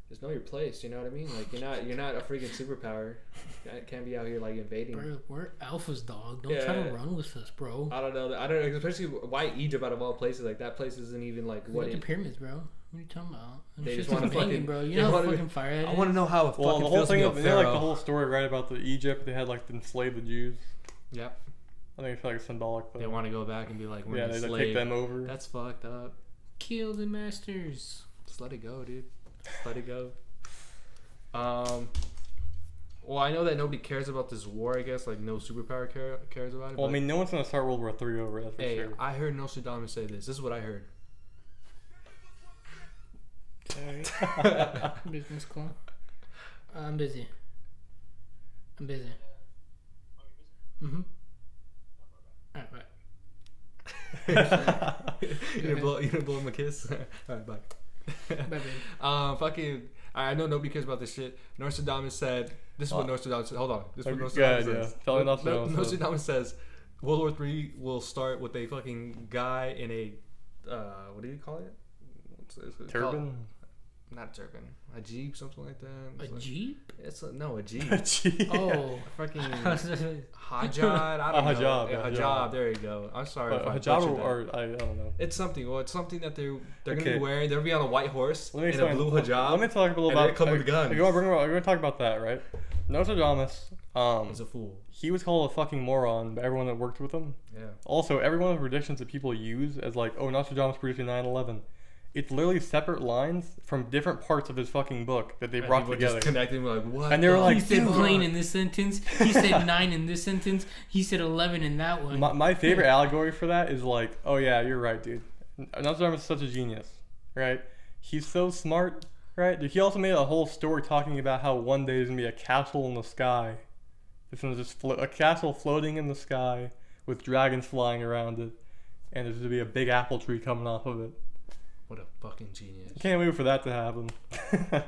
S1: just know your place. You know what I mean? Like, you're not, you're not a freaking superpower. I can't be out here like invading.
S3: Bro, we're alphas, dog. Don't try
S1: Yeah. Uh,
S3: to run with us, bro.
S1: I don't know. I don't, especially why Egypt out of all places. Like that place isn't even like
S3: Look
S1: what.
S3: at
S1: It,
S3: the pyramids, bro. What are you talking about? Them
S1: They just
S3: shits are
S1: wanna
S3: banging,
S1: fucking-
S3: bro.
S1: they
S3: You know how
S1: wanna be-
S3: fucking fire that
S1: I want to know how it
S2: Well,
S1: fucking
S2: the whole
S1: feels to
S2: thing,
S1: be
S2: is-
S1: a
S2: they had, like the
S1: pharaoh.
S2: whole story right about the Egypt. They had like to enslave the Jews.
S1: Yep.
S2: I think it's like a symbolic thing.
S1: They want to go back and be like, we're
S2: yeah, they like, take
S1: enslaved.
S2: them over.
S1: That's fucked up.
S3: Kill the masters.
S1: Just let it go, dude. Just let it go. Um. Well, I know that nobody cares about this war. I guess like no superpower care, cares about it.
S2: well, I
S1: but-
S2: mean, no one's gonna start World War Three over that for
S1: Hey,
S2: sure.
S1: I heard Nostradamus say this. This is what I heard.
S3: Sorry. Business call. I'm busy. I'm busy. Mhm. Alright, bye.
S1: you gonna blow, you gonna blow him a kiss? All right, bye.
S3: Bye, babe.
S1: Um, fucking. I I know nobody cares about this shit. Nostradamus said. This is what
S2: Well-
S1: Nostradamus. Hold on. This is what
S2: Okay,
S1: Nostradamus
S2: yeah, yeah.
S1: says.
S2: Tell me
S1: No-
S2: Nostradamus says.
S1: Nostradamus says World War Three will start with a fucking guy in a uh, what do you call it? What's- it's- it's called-
S2: Turban.
S1: not Durban, a Jeep, something like that.
S3: A
S1: It's like-
S3: Jeep?
S1: It's a, no a Jeep.
S2: Gee.
S3: Oh.
S1: Fucking
S3: Hajab.
S1: Hajad. I don't know.
S2: Hijab,
S1: Yeah,
S2: yeah.
S1: Hijab. There you go. I'm sorry.
S2: But
S1: if I
S2: hijab
S1: butchered
S2: or,
S1: that.
S2: or I, I don't know.
S1: It's something. Well, it's something that they're they're gonna
S2: Okay.
S1: be wearing. They're gonna be on a white horse
S2: Let me
S1: in a
S2: explain.
S1: blue
S2: Let
S1: hijab.
S2: me talk a little
S1: and
S2: about.
S1: they come with
S2: I-
S1: guns.
S2: I go- We're going to talk about that, right? Nostradamus. Um,
S1: It's a fool.
S2: he was called a fucking moron by everyone that worked with him.
S1: Yeah.
S2: Also, every one of the predictions that people use as like, oh, Nostradamus predicted 9/11, it's literally separate lines from different parts of his fucking book that they
S1: And
S2: brought
S1: people
S2: together.
S1: Just connecting like what?
S2: And they were
S1: the-
S2: like,
S3: He said
S2: dude.
S3: plane in this sentence. He said nine in this sentence. He said eleven in that one.
S2: My, my favorite allegory for that is like, oh yeah, you're right, dude. Nostradamus is such a genius, right? He's so smart, right? Dude, he also made a whole story talking about how one day there's gonna be a castle in the sky. It's gonna just flo- a castle floating in the sky with dragons flying around it, and there's gonna be a big apple tree coming off of it.
S1: What a fucking genius.
S2: Can't wait for that to happen.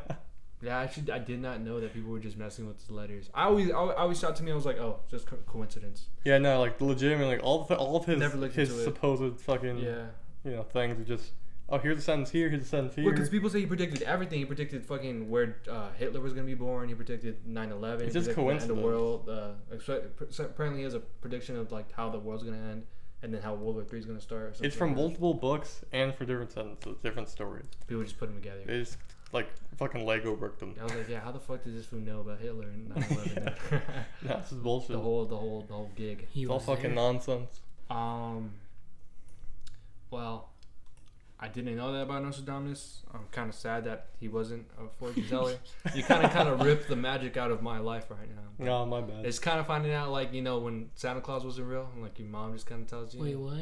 S1: Yeah, actually, I did not know that people were just messing with the letters. I always, I always thought to me, I was like, oh, just co- coincidence.
S2: yeah, no, like legitimately, like all the, all of his
S1: Never looked
S2: his
S1: into it.
S2: supposed fucking
S1: Yeah.
S2: you know things are just oh here's a sentence here, here's a sentence here.
S1: Because people say he predicted everything. He predicted fucking where uh, Hitler was gonna be born. He predicted 9/11.
S2: It's
S1: he predicted
S2: just
S1: the end of The
S2: coincidence.
S1: world. Uh, except- pr- so apparently, he has a prediction of like how the world's gonna end, and then how World War Three is gonna start. Or something
S2: It's from
S1: like that.
S2: multiple books and for different sentences, different stories.
S1: People just put them together.
S2: They just like fucking Lego bricked them.
S1: I was like, yeah, how the fuck did this fool know about Hitler and 9/11?
S2: No, this is bullshit.
S1: the whole, the whole, the whole gig.
S3: He
S2: it's all
S3: was there.
S2: fucking nonsense.
S1: Um. Well, I didn't know that about Nostradamus. I'm kind of sad that he wasn't a fortune teller. you kind of kind of ripped the magic out of my life right now.
S2: No, my bad.
S1: It's kind of finding out, like you know, when Santa Claus wasn't real, and like your mom just kind of tells you.
S3: Wait, what?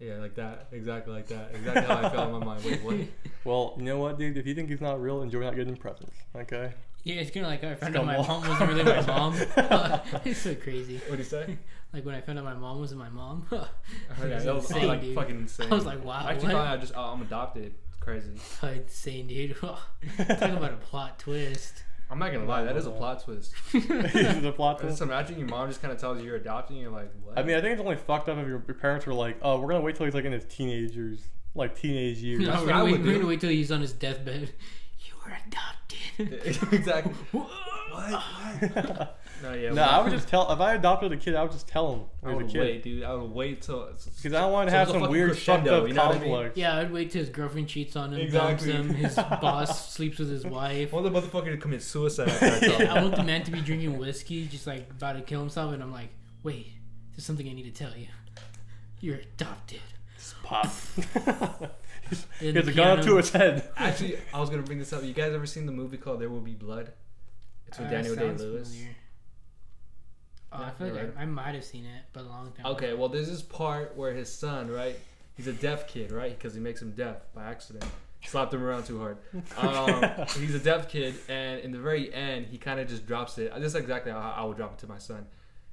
S1: Yeah, like that, exactly like that, exactly how I felt in my mind. Wait, what?
S2: well, you know what, dude? If you think he's not real, enjoy not getting presents. Okay.
S3: Yeah, it's kind of like how I found out my
S2: Stumble.
S3: mom wasn't really my mom. it's so crazy.
S1: What do you say?
S3: Like when I found out my mom wasn't my mom.
S1: Oh, yeah, that was
S3: Insane,
S1: like
S3: dude.
S1: fucking insane.
S3: I was like, wow,
S1: I actually
S3: what?
S1: thought I just oh, I'm adopted. It's crazy.
S3: Oh, Insane, dude. Talk about a plot twist.
S1: I'm not gonna lie, that is a plot twist.
S2: Is the plot
S1: Just
S2: twist?
S1: imagine your mom just kind of tells you you're adopting. You're like, what?
S2: I mean, I think it's only fucked up if your your parents were like, "Oh, we're gonna wait till he's like in his teenagers, like teenage years."
S3: No,
S1: That's
S3: we're
S1: what I
S3: gonna, wait,
S1: would
S3: we're
S1: do.
S3: gonna wait till he's on his deathbed. You were adopted.
S1: exactly. No, yeah.
S2: no, I would just tell. If I adopted a kid, I would just tell him
S1: I
S2: when
S1: would
S2: he was a
S1: Oh, wait,
S2: kid
S1: dude. I would wait till
S2: because I don't want to
S1: So
S2: have
S1: it's a
S2: some
S1: fucking
S2: weird fucked
S1: crescendo,
S2: up
S1: you know what I mean?
S2: conflict.
S3: yeah, I'd wait till his girlfriend cheats on him,
S1: Exactly.
S3: dumps him, his boss sleeps with his wife.
S1: want the motherfucker to commit suicide. After I tell
S3: Yeah, I
S1: him.
S3: want the man to be drinking whiskey, just like about to kill himself, and I'm like, wait, there's something I need to tell you. You're adopted.
S2: Pop.
S3: Then
S2: he has
S3: the
S2: a gun up
S3: piano-
S2: to his head.
S1: Actually, I was gonna bring this up. You guys ever seen the movie called There Will Be Blood? It's with
S3: Uh,
S1: Daniel Day
S3: sounds
S1: Lewis.
S3: familiar. Oh, I
S1: Yeah,
S3: feel like
S1: you're right.
S3: I, I might have seen it, but a long time.
S1: Okay, well, there's this part where his son, right? He's a deaf kid, right? Because he makes him deaf by accident. Slapped him around too hard. Um, he's a deaf kid, and in the very end, he kind of just drops it. This is exactly how I would drop it to my son.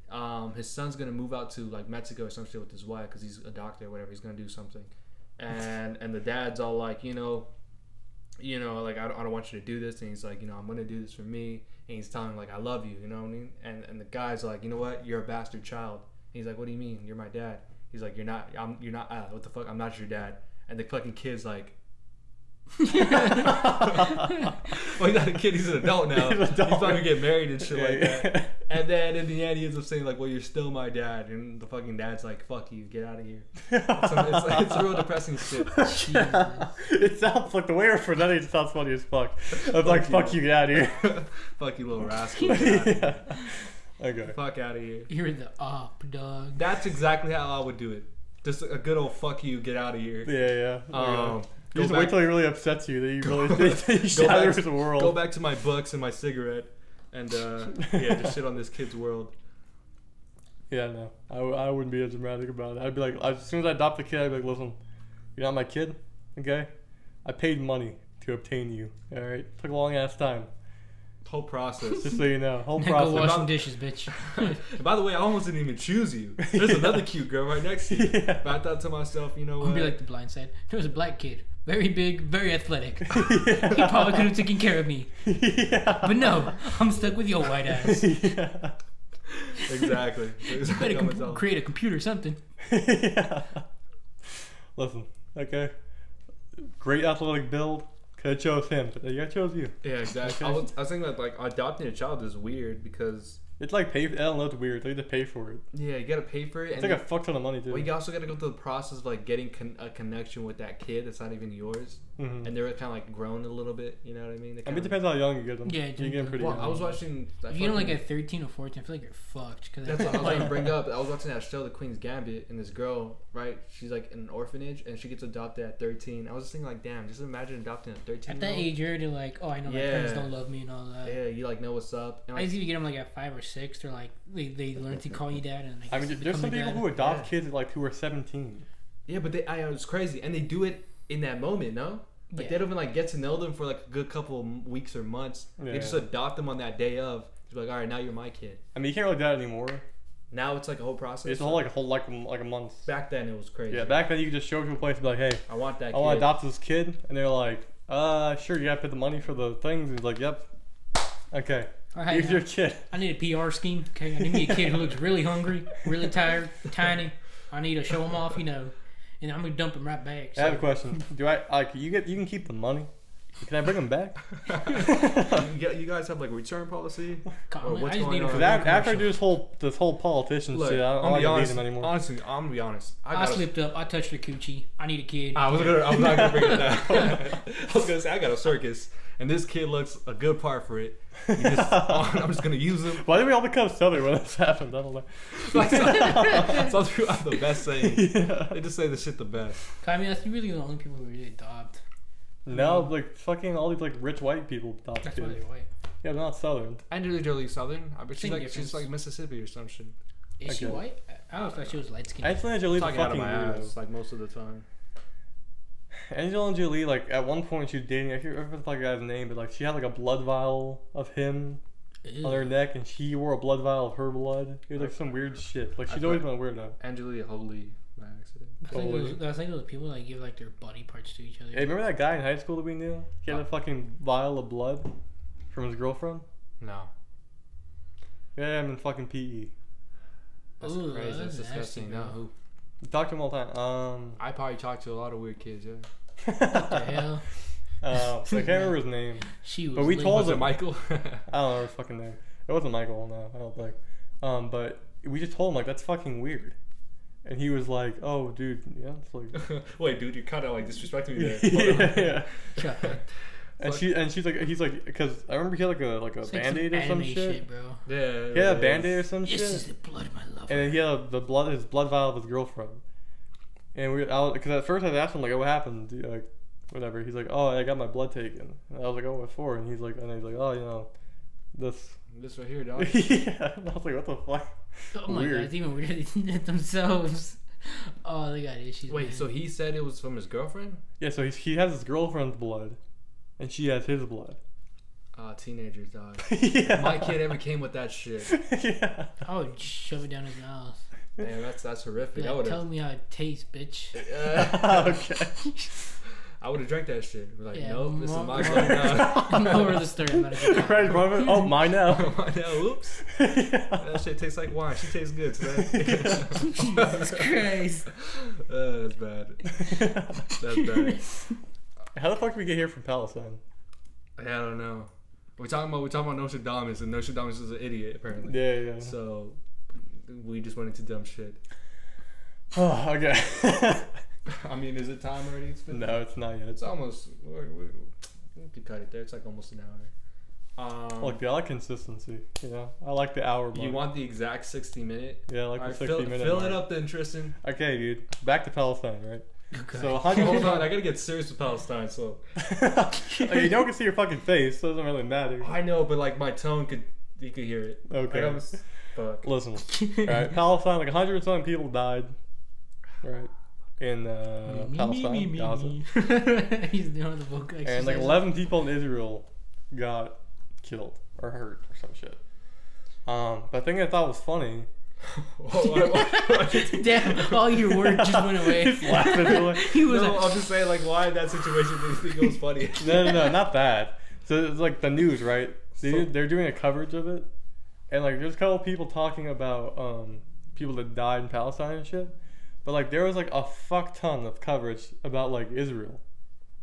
S1: Um, his son's gonna move out to like Mexico or some shit with his wife because he's a doctor or whatever. He's gonna do something, and and the dad's all like, you know, you know, like I don't, I don't want you to do this, and he's like, you know, I'm gonna do this for me, and he's telling him like I love you, you know what I mean? And and the guy's like, you know what, you're a bastard child. And he's like, what do you mean? You're my dad. He's like, you're not, I'm, you're not, uh, what the fuck? I'm not your dad. And the fucking kid's like, well, he's not a kid, he's an adult now.
S2: He's
S1: he's,
S2: an adult.
S1: about to get married and shit like that.
S2: Yeah.
S1: And then in the end, he ends up saying like, "Well, you're still my dad," and the fucking dad's like, "Fuck you, get out of here." So it's, it's real depressing shit.
S2: it sounds like the way for that. It sounds funny as fuck. I'm like,
S1: you.
S2: fuck you, get out of here.
S1: Fuck you, little rascal. Get outta here.
S2: yeah. Okay.
S1: Fuck out of here.
S3: You're the op dog.
S1: That's exactly how I would do it. Just a good old fuck you, get out of here.
S2: Yeah, yeah.
S1: Um,
S2: Okay.
S1: go
S2: you just
S1: back-
S2: wait till he really upsets you. That you really that
S1: go
S2: you
S1: back-
S2: shatter his world.
S1: Go back to my books and my cigarette, and uh, yeah, just shit on this kid's world.
S2: Yeah, no. I, w- I wouldn't be as dramatic about it. I'd be like, as soon as I adopt the kid, I'd be like, listen, you're not my kid, okay? I paid money to obtain you. All right, took a long ass time.
S1: Whole process.
S2: Just so you know, whole
S3: Now go wash
S2: process.
S3: some dishes, bitch.
S1: And by the way, I almost didn't even choose you. There's
S2: Yeah.
S1: another cute girl right next to you.
S2: Yeah.
S1: But I thought to myself, you know
S3: I'll
S1: what?
S3: be like the blind side. There was a black kid, very big, very athletic. He probably could have taken care of me,
S2: yeah.
S3: but no, I'm stuck with your white ass.
S2: yeah.
S1: exactly.
S3: Better
S1: exactly how
S3: com-
S1: myself.
S3: create a computer or something.
S2: yeah. Listen, okay. Great athletic build, Could have chose him, but I chose you.
S1: Yeah, exactly. I,
S2: Okay.
S1: was, I was thinking that like adopting a child is weird because
S2: It's like pay. I don't know. It's weird. They have to pay for it.
S1: yeah, you gotta pay for it,
S2: It's
S1: and
S2: like a fuck ton of money too.
S1: well, you also gotta go through the process of like getting con- a connection with that kid that's not even yours,
S2: Mhm.
S1: and they're kind of like grown a little bit. You know what I mean? They
S2: I mean, it
S1: kinda-
S2: depends how young you get them.
S3: Yeah,
S2: you get them pretty
S1: Well,
S2: young.
S1: I was watching. that
S3: If you don't like
S1: fucking-
S3: at 13 or 14, I feel like you're fucked. Cause
S1: That's what I was
S3: like,
S1: gonna bring up. I was watching that show, The Queen's Gambit, and this girl, right? She's like in an orphanage, and she gets adopted at 13. I was just thinking, like, damn, just imagine adopting a 13.
S3: At that age, you're already like, oh, I know my parents
S1: Yeah.
S3: don't love me and all that.
S1: yeah, you like know what's up. And,
S3: I
S1: like,
S3: just even get them like at five or six. They're like, they, they learn to call you dad, and like,
S2: I mean, there's some people who adopt
S1: Yeah.
S2: kids at like who are 17.
S1: yeah, but they, I know it's crazy, and they do it in that moment, no? Like
S3: Yeah.
S1: they don't even like get to know them for like a good couple of weeks or months. They just
S2: Yeah.
S1: adopt them on that day of. It's like, all right, now you're my kid.
S2: I mean, you can't really do that anymore.
S1: Now it's like a whole process.
S2: It's a whole like a whole like like a month.
S1: back then it was crazy.
S2: Yeah, back then you could just show up to a place and be like, hey,
S1: I want that.
S2: I want
S1: kid.
S2: to adopt this kid, and they're like, uh, sure, you gotta pay the money for the things. He's like, yep. Okay,
S3: All right,
S2: here's your kid.
S3: I need a PR scheme. Okay, I need me a kid who looks really hungry, really tired, tiny. I need to show him off, you know, and I'm gonna dump him right back.
S2: I have a question. Do I like you get you can keep the money? Can I bring them back?
S1: you, get- you guys have like return policy.
S3: Colin,
S1: Well, what's
S3: I just
S1: going
S3: need it
S1: on?
S3: for
S2: Because
S1: That-
S3: that,
S2: after, after I do this whole this whole politician
S1: Look,
S2: shit,
S1: I'm
S2: I don't,
S1: gonna
S2: I don't
S1: be
S2: like
S1: honest.
S2: needing them anymore.
S1: Honestly, I'm gonna be honest.
S3: I
S1: got a-
S3: slipped up. I touched her coochie. I need a kid.
S1: I was gonna, I'm not gonna bring it down. I was gonna say I got a circus, and this kid looks a good part for it. You just- oh, I'm just gonna use him.
S2: Why did we all become southern when this happened? I don't know.
S1: Like, some, some people have the best saying.
S2: Yeah.
S1: They just say the shit the best.
S3: I mean, that's really the only people who really adopt.
S2: Now like fucking all these like rich white people adopt
S3: That's why
S2: kids.
S3: they're white.
S2: Yeah, they're not southern.
S1: Angelina Jolie Southern, I bet she's
S3: Same
S1: like
S3: difference.
S1: she's like Mississippi or some shit.
S3: Is she
S2: Okay.
S3: white? I always thought she was light skinned.
S2: Angelina Jolie's a
S1: Talking out of
S2: fucking
S1: my ass,
S2: weirdo.
S1: like most of the time.
S2: Angelina Jolie, like at one point she was dating I can't remember the fucking guy's name, but like she had like a blood vial of him on
S1: Mm.
S2: her neck, and she wore a blood vial of her blood. It was like some weird shit. Like she's
S1: I
S2: always been
S1: thought-
S2: a weirdo.
S1: Angelina Holy by accident.
S3: I think,
S2: Totally.
S3: those, I think those people like give like their body parts to each other.
S2: Hey, remember that guy in high school that we knew? He
S1: Uh.
S2: had a fucking vial of blood from his girlfriend.
S1: No,
S2: Yeah, I'm in fucking E. PE.
S1: that's
S3: Ooh,
S1: crazy. That's,
S3: that's nasty,
S1: disgusting.
S3: bro.
S1: no,
S2: We talked to him all the time. Um,
S1: I probably talked to a lot of weird kids. Yeah,
S3: What the hell?
S2: Uh, I can't remember his name.
S3: She was.
S2: But we
S3: lit.
S2: told
S1: was it
S2: him-
S1: Michael?
S2: I don't remember his fucking name. It wasn't Michael, no, I don't think. Um, but we just told him like that's fucking weird, and he was like, "Oh, dude, yeah, it's like."
S1: Wait, dude, you're kind of like disrespecting me there.
S2: yeah, yeah.
S3: Shut up.
S2: and she and she's like, he's like, because I remember he had like a like a
S3: It's like
S2: band aid or some
S3: anime
S2: shit.
S3: bro.
S1: Yeah,
S2: He had a
S1: yeah.
S2: band aid or some
S3: This
S2: shit.
S3: is the blood of my love.
S2: and then he had a, the blood his blood vial of his girlfriend. And we, I because at first I asked him like, "Oh, what happened?" He, like, whatever. He's like, "Oh, I got my blood taken." And I was like, "Oh, what for?" And he's like, and he's like, "Oh, you know, this."
S1: This right here, dog.
S2: Oh, yeah. And I was like, "What the fuck?"
S3: oh my
S2: weird.
S3: god, it's even weirder than themselves. Oh, they got issues.
S1: Wait,
S3: man.
S1: so he said it was from his girlfriend?
S2: Yeah. So he's, he has his girlfriend's blood, and she has his blood.
S1: Ah, teenagers, dog.
S2: yeah.
S1: My kid ever came with that shit.
S2: yeah.
S3: I would shove it down his mouth.
S1: Damn, that's that's horrific.
S3: Be
S1: I
S3: Like,
S1: would
S3: tell
S1: have,
S3: me how it tastes, bitch.
S2: okay.
S1: I would have drank that shit. Be like,
S3: Yeah,
S1: nope, this is
S3: mom-
S1: my blood now.
S3: I'm over the story. I'm not a good cop.
S2: right, Robert. Oh, mine now.
S1: now, oops,
S2: yeah.
S1: that shit tastes like wine. She tastes good today.
S3: Jesus Christ.
S1: uh, that's bad. That's bad.
S2: How the fuck did we get here from Palestine?
S1: Yeah, I don't know. We're talking about we're talking about Nostradamus, and Nostradamus is an idiot apparently.
S2: Yeah, yeah.
S1: So we just went into dumb shit.
S2: Oh, okay.
S1: I mean, is it time already? It's been
S2: no, it's not yet.
S1: It's almost. We're, we're, we could cut it there. It's like almost an hour. Um,
S2: Look, I like consistency. You know, I like the hour.
S1: you
S2: mark.
S1: want the exact sixty minute?
S2: Yeah, I like
S1: Alright,
S2: the sixty
S1: fill,
S2: minute.
S1: fill
S2: mark.
S1: it up then, Tristan.
S2: Okay, dude. Back to Palestine, right?
S3: Okay.
S2: So,
S1: Hold
S2: 100.
S1: on, I gotta get serious with Palestine. So
S2: okay, you don't can see your fucking face, so it doesn't really matter.
S1: I know, but like my tone could, you could hear it.
S2: Okay.
S1: Like, I was, fuck.
S2: Listen. All right, Palestine. Like 100 and something people died. Right. In uh, Palestine, Gaza,
S3: He's doing the vocal
S2: and
S3: exercise.
S2: like 11 people in Israel got killed or hurt or some shit. Um, but the thing I thought was funny
S1: Whoa, why- why-
S3: Damn, all your work just went away.
S2: He's laughing, really.
S3: he was
S1: no,
S3: like,
S1: I'm just saying like why in that situation do you think it was funny?
S2: no, no, no, not that. So it's like the news, right? They,
S1: So-
S2: they're doing a coverage of it, and like there's a couple people talking about um, people that died in Palestine and shit, but like there was like a fuck ton of coverage about like Israel,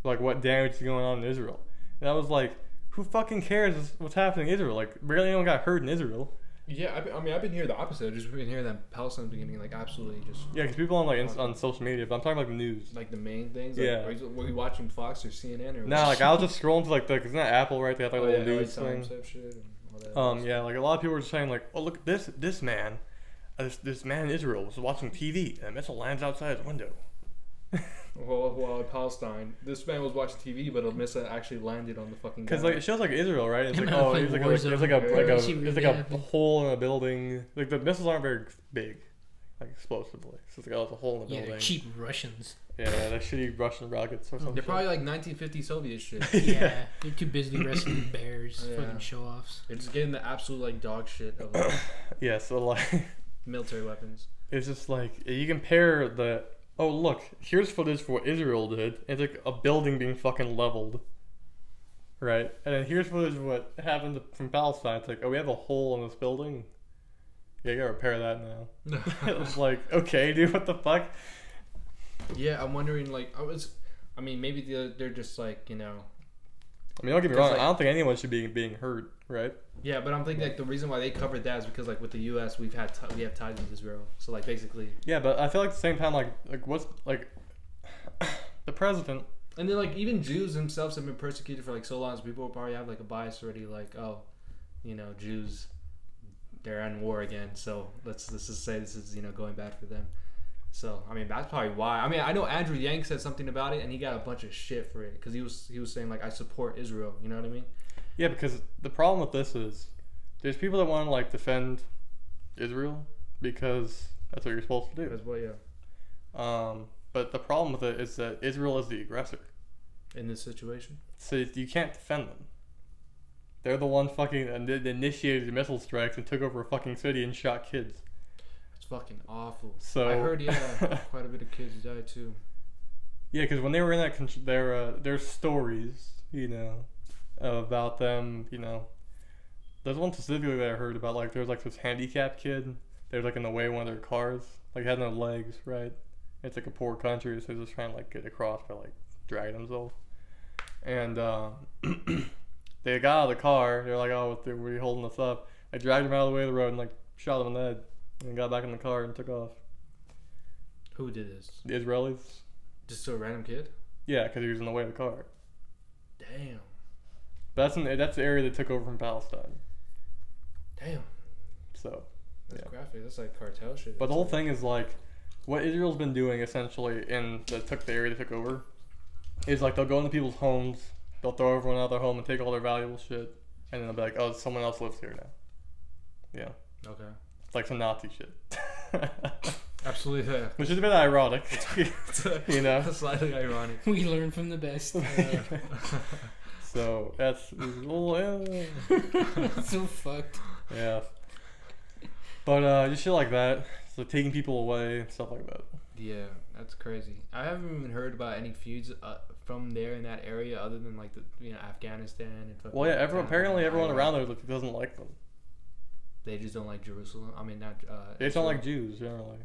S2: like what damage is going on in Israel. And I was like, who fucking cares what's happening in Israel? Like, barely anyone got hurt in Israel.
S1: Yeah, I've been- I, mean, I've been hearing the opposite. I've just been hearing that Palestine's been getting like absolutely just
S2: Yeah, because people on like ins- on social media, but I'm talking like the news.
S1: like the main things. Like,
S2: Yeah.
S1: Are you, were you watching Fox or CNN or?
S2: Nah, like I was just scrolling to like the isn't that Apple right? They have like a
S1: Oh, yeah,
S2: little
S1: LA
S2: news thing.
S1: Times type shit and all that.
S2: Um, yeah, like a lot of people were just saying, like, oh look, this this man, uh, this this man in Israel was watching TV and a missile lands outside his window.
S1: Well, well, in Palestine, this man was watching TV, but a missile actually landed on the fucking.
S2: Cause
S1: guy.
S2: like it shows like Israel, right? It's
S3: Him
S2: like
S3: and,
S2: oh,
S3: like,
S2: it's like, a,
S3: war
S2: like there's like a
S1: zone.
S2: like
S1: Yeah.
S2: a
S3: She
S2: there's like
S3: really
S2: a
S3: happened.
S2: hole in a building. Like the missiles aren't very big, like explosively. So it's like oh, it's a hole in a
S3: Yeah,
S2: building.
S3: they're cheap Russians.
S2: Yeah, that shitty Russian rockets or something.
S1: they're probably like 1950 Soviet shit.
S3: Yeah, they're too busy wrestling bears,
S1: Yeah.
S3: fucking show offs.
S1: They're just getting the absolute like dog shit of like,
S2: yeah. So like
S1: military weapons.
S2: it's just like you compare the oh look here's footage for what Israel did. It's like a building being fucking leveled, right? And then here's footage of what happened from Palestine. It's like oh we have a hole in this building. Yeah, you gotta repair that now. it was like, okay, dude, what the fuck?
S1: yeah, I'm wondering like I was, I mean maybe they're, they're just like you know
S2: I mean, don't get me
S1: That's
S2: wrong.
S1: like-
S2: I don't think anyone should be being hurt, right?
S1: Yeah, but I'm thinking like the reason why they covered that is because like with the U.S. we've had t- we have ties with Israel, so like basically,
S2: Yeah, but I feel like at the same time, like, like what's like the president?
S1: and then like even Jews themselves have been persecuted for like so long, so people probably have like a bias already, like oh, you know Jews, they're in war again, so let's let's just say this is you know going bad for them. So I mean that's probably why. I mean I know Andrew Yang said something about it, and he got a bunch of shit for it because he was he was saying like I support Israel, you know what I mean?
S2: Yeah, because the problem with this is there's people that want to like defend Israel because that's what you're supposed to
S1: As well, yeah.
S2: do. Um, but the problem with it is that Israel is the aggressor,
S1: In this situation,
S2: so you can't defend them. They're the one fucking and they- they initiated the missile strikes and took over a fucking city and shot kids.
S1: it's fucking awful.
S2: So
S1: I heard yeah, quite a bit of kids died too.
S2: Yeah, because when they were in that, con- their uh, their stories, you know, about them, you know, there's one specifically that I heard about. Like, there was like this handicapped kid. They was like in the way of one of their cars. Like, had no legs, right? It's like a poor country, so he's just trying to like get across by like dragging himself. And um, they got out of the car. They're like, "Oh, they were you holding us up?" I dragged him out of the way of the road and like shot him in the head, and got back in the car and took off.
S1: Who did this?
S2: The Israelis,
S1: Just a random kid?
S2: yeah, because he was in the way of the car.
S1: Damn.
S2: That's an, that's the area that took over from Palestine.
S1: Damn.
S2: So,
S1: That's
S2: Yeah.
S1: graphic. That's like cartel shit.
S2: but the
S1: That's
S2: whole
S1: like-
S2: thing is like, what Israel's been doing essentially in that took the area that took over, is like they'll go into people's homes, they'll throw everyone out of their home and take all their valuable shit, and then they'll be like, oh, someone else lives here now.
S1: Okay.
S2: It's like some Nazi shit,
S1: Absolutely. Yeah.
S2: which is a bit ironic, you know.
S1: That's slightly ironic.
S3: We learn from the best.
S1: Yeah.
S2: So that's
S3: so fucked.
S2: eh, yeah. But uh, just shit like that. So taking people away, stuff like that.
S1: yeah, that's crazy. I haven't even heard about any feuds uh, from there in that area other than like the you know Afghanistan and. Fucking
S2: Well, yeah. Everyone,
S1: Taliban,
S2: apparently, everyone
S1: Iraq.
S2: around there like, doesn't like them.
S1: They just don't like Jerusalem. I mean, not. Uh,
S2: They just
S1: Israel.
S2: don't like Jews generally,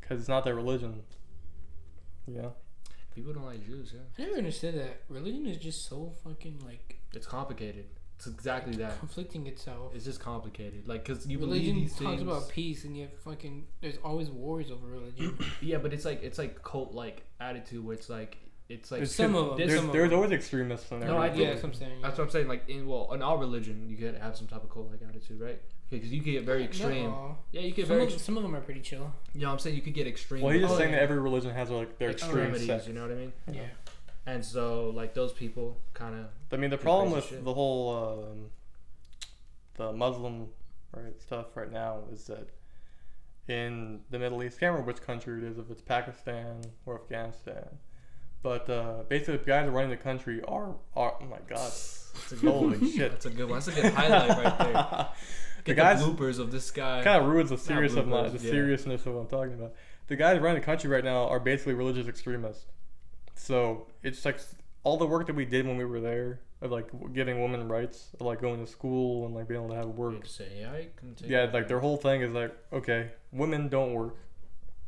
S2: because it's not their religion. Yeah,
S1: People don't like Jews. Yeah,
S3: I never understood that. Religion is just so fucking like
S1: it's complicated. It's exactly that.
S3: conflicting itself.
S1: It's just complicated. Like, cause you believe
S3: religion
S1: these
S3: talks
S1: things.
S3: about peace, and yet fucking there's always wars over religion.
S1: Yeah, but it's like it's like cult like attitude where it's like it's like
S2: There's
S3: Some
S2: two-
S3: of 'em,
S2: there's,
S3: some of
S2: there's
S3: 'em.
S2: always extremists in there.
S1: No, I
S3: yeah,
S1: think-
S3: that's what I'm saying.
S1: that's what I'm saying. Like in well, in all religion, you could have some type of cult like attitude, right? Because you could get very extreme.
S3: No.
S1: Yeah, you
S3: Some,
S1: could very.
S3: of,
S1: Ex-
S3: some of them are pretty chill.
S1: you know, what I'm saying you could get extreme.
S2: well, he's just
S3: Oh,
S2: saying
S3: yeah.
S2: that every religion has like their extreme
S1: extremities.
S2: sects.
S1: You know what I mean?
S3: Yeah.
S1: And so like those people kind of
S2: I mean, the problem
S1: crazy
S2: with
S1: shit.
S2: the whole um, the Muslim right stuff right now is that in the Middle East, I can't remember which country it is, if it's Pakistan or Afghanistan, but uh, basically the guys running the country are are oh my god,
S1: That's a good one.
S2: holy shit.
S1: That's a good one. That's a good highlight right there. Get
S2: the
S1: the,
S2: guys
S1: bloopers of this guy.
S2: kind of ruins the serious of my,
S1: bloopers,
S2: the
S1: yeah.
S2: seriousness of what I'm talking about. The guys running the country right now are basically religious extremists. So it's like s- all the work that we did when we were there of like w- giving women rights, of like going to school and like being able to have work.
S1: Like, say I can take
S2: Yeah,
S1: it.
S2: like their whole thing is like, okay, women don't work.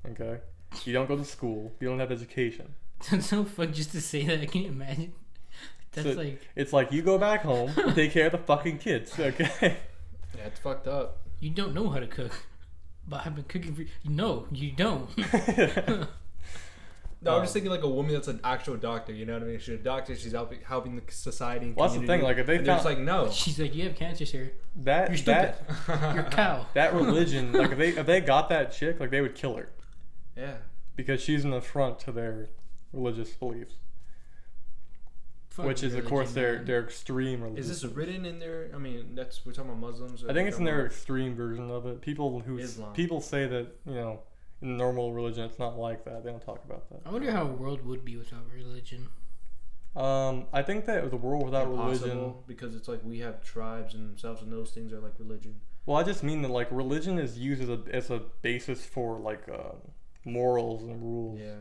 S2: Okay, you don't go to school, you don't have education.
S3: That's so fuck just to say that. Can you imagine? That's
S2: So-
S3: like
S2: It's like you go back home, take care of the fucking kids, okay?
S1: Yeah, it's fucked up.
S3: you don't know how to cook, but I've been cooking for. No, you don't.
S1: No, I'm
S2: Um,
S1: just thinking like a woman that's an actual doctor. You know what I mean? She's a doctor. She's helping helping the society. And
S2: Well, that's the
S1: community,
S2: thing, like, if they
S1: and they're just
S2: found-
S1: like no,
S3: She's like, you have cancer, sir.
S2: That
S3: You're stupid.
S2: that
S3: You're a cow.
S2: that religion, like if they if they got that chick, like they would kill her
S1: yeah,
S2: because she's an affront to their religious beliefs,
S3: Fuck
S2: which is of
S3: religion,
S2: course their
S3: man.
S2: their extreme
S1: is
S2: religion.
S1: this written in there? I mean, that's we're talking about Muslims. or
S2: I think
S1: we're
S2: it's
S1: talking
S2: in their extreme version of it. People who s-
S1: Islam.
S2: people say that you know in normal religion it's not like that. They don't talk about that.
S3: I wonder how a world would be without religion.
S2: Um, I think that the world without
S1: about
S2: religion.
S1: impossible, because it's like we have tribes and themselves, and those things are like religion.
S2: Well, I just mean that like religion is used as a as a basis for like um, morals and rules.
S1: Yeah,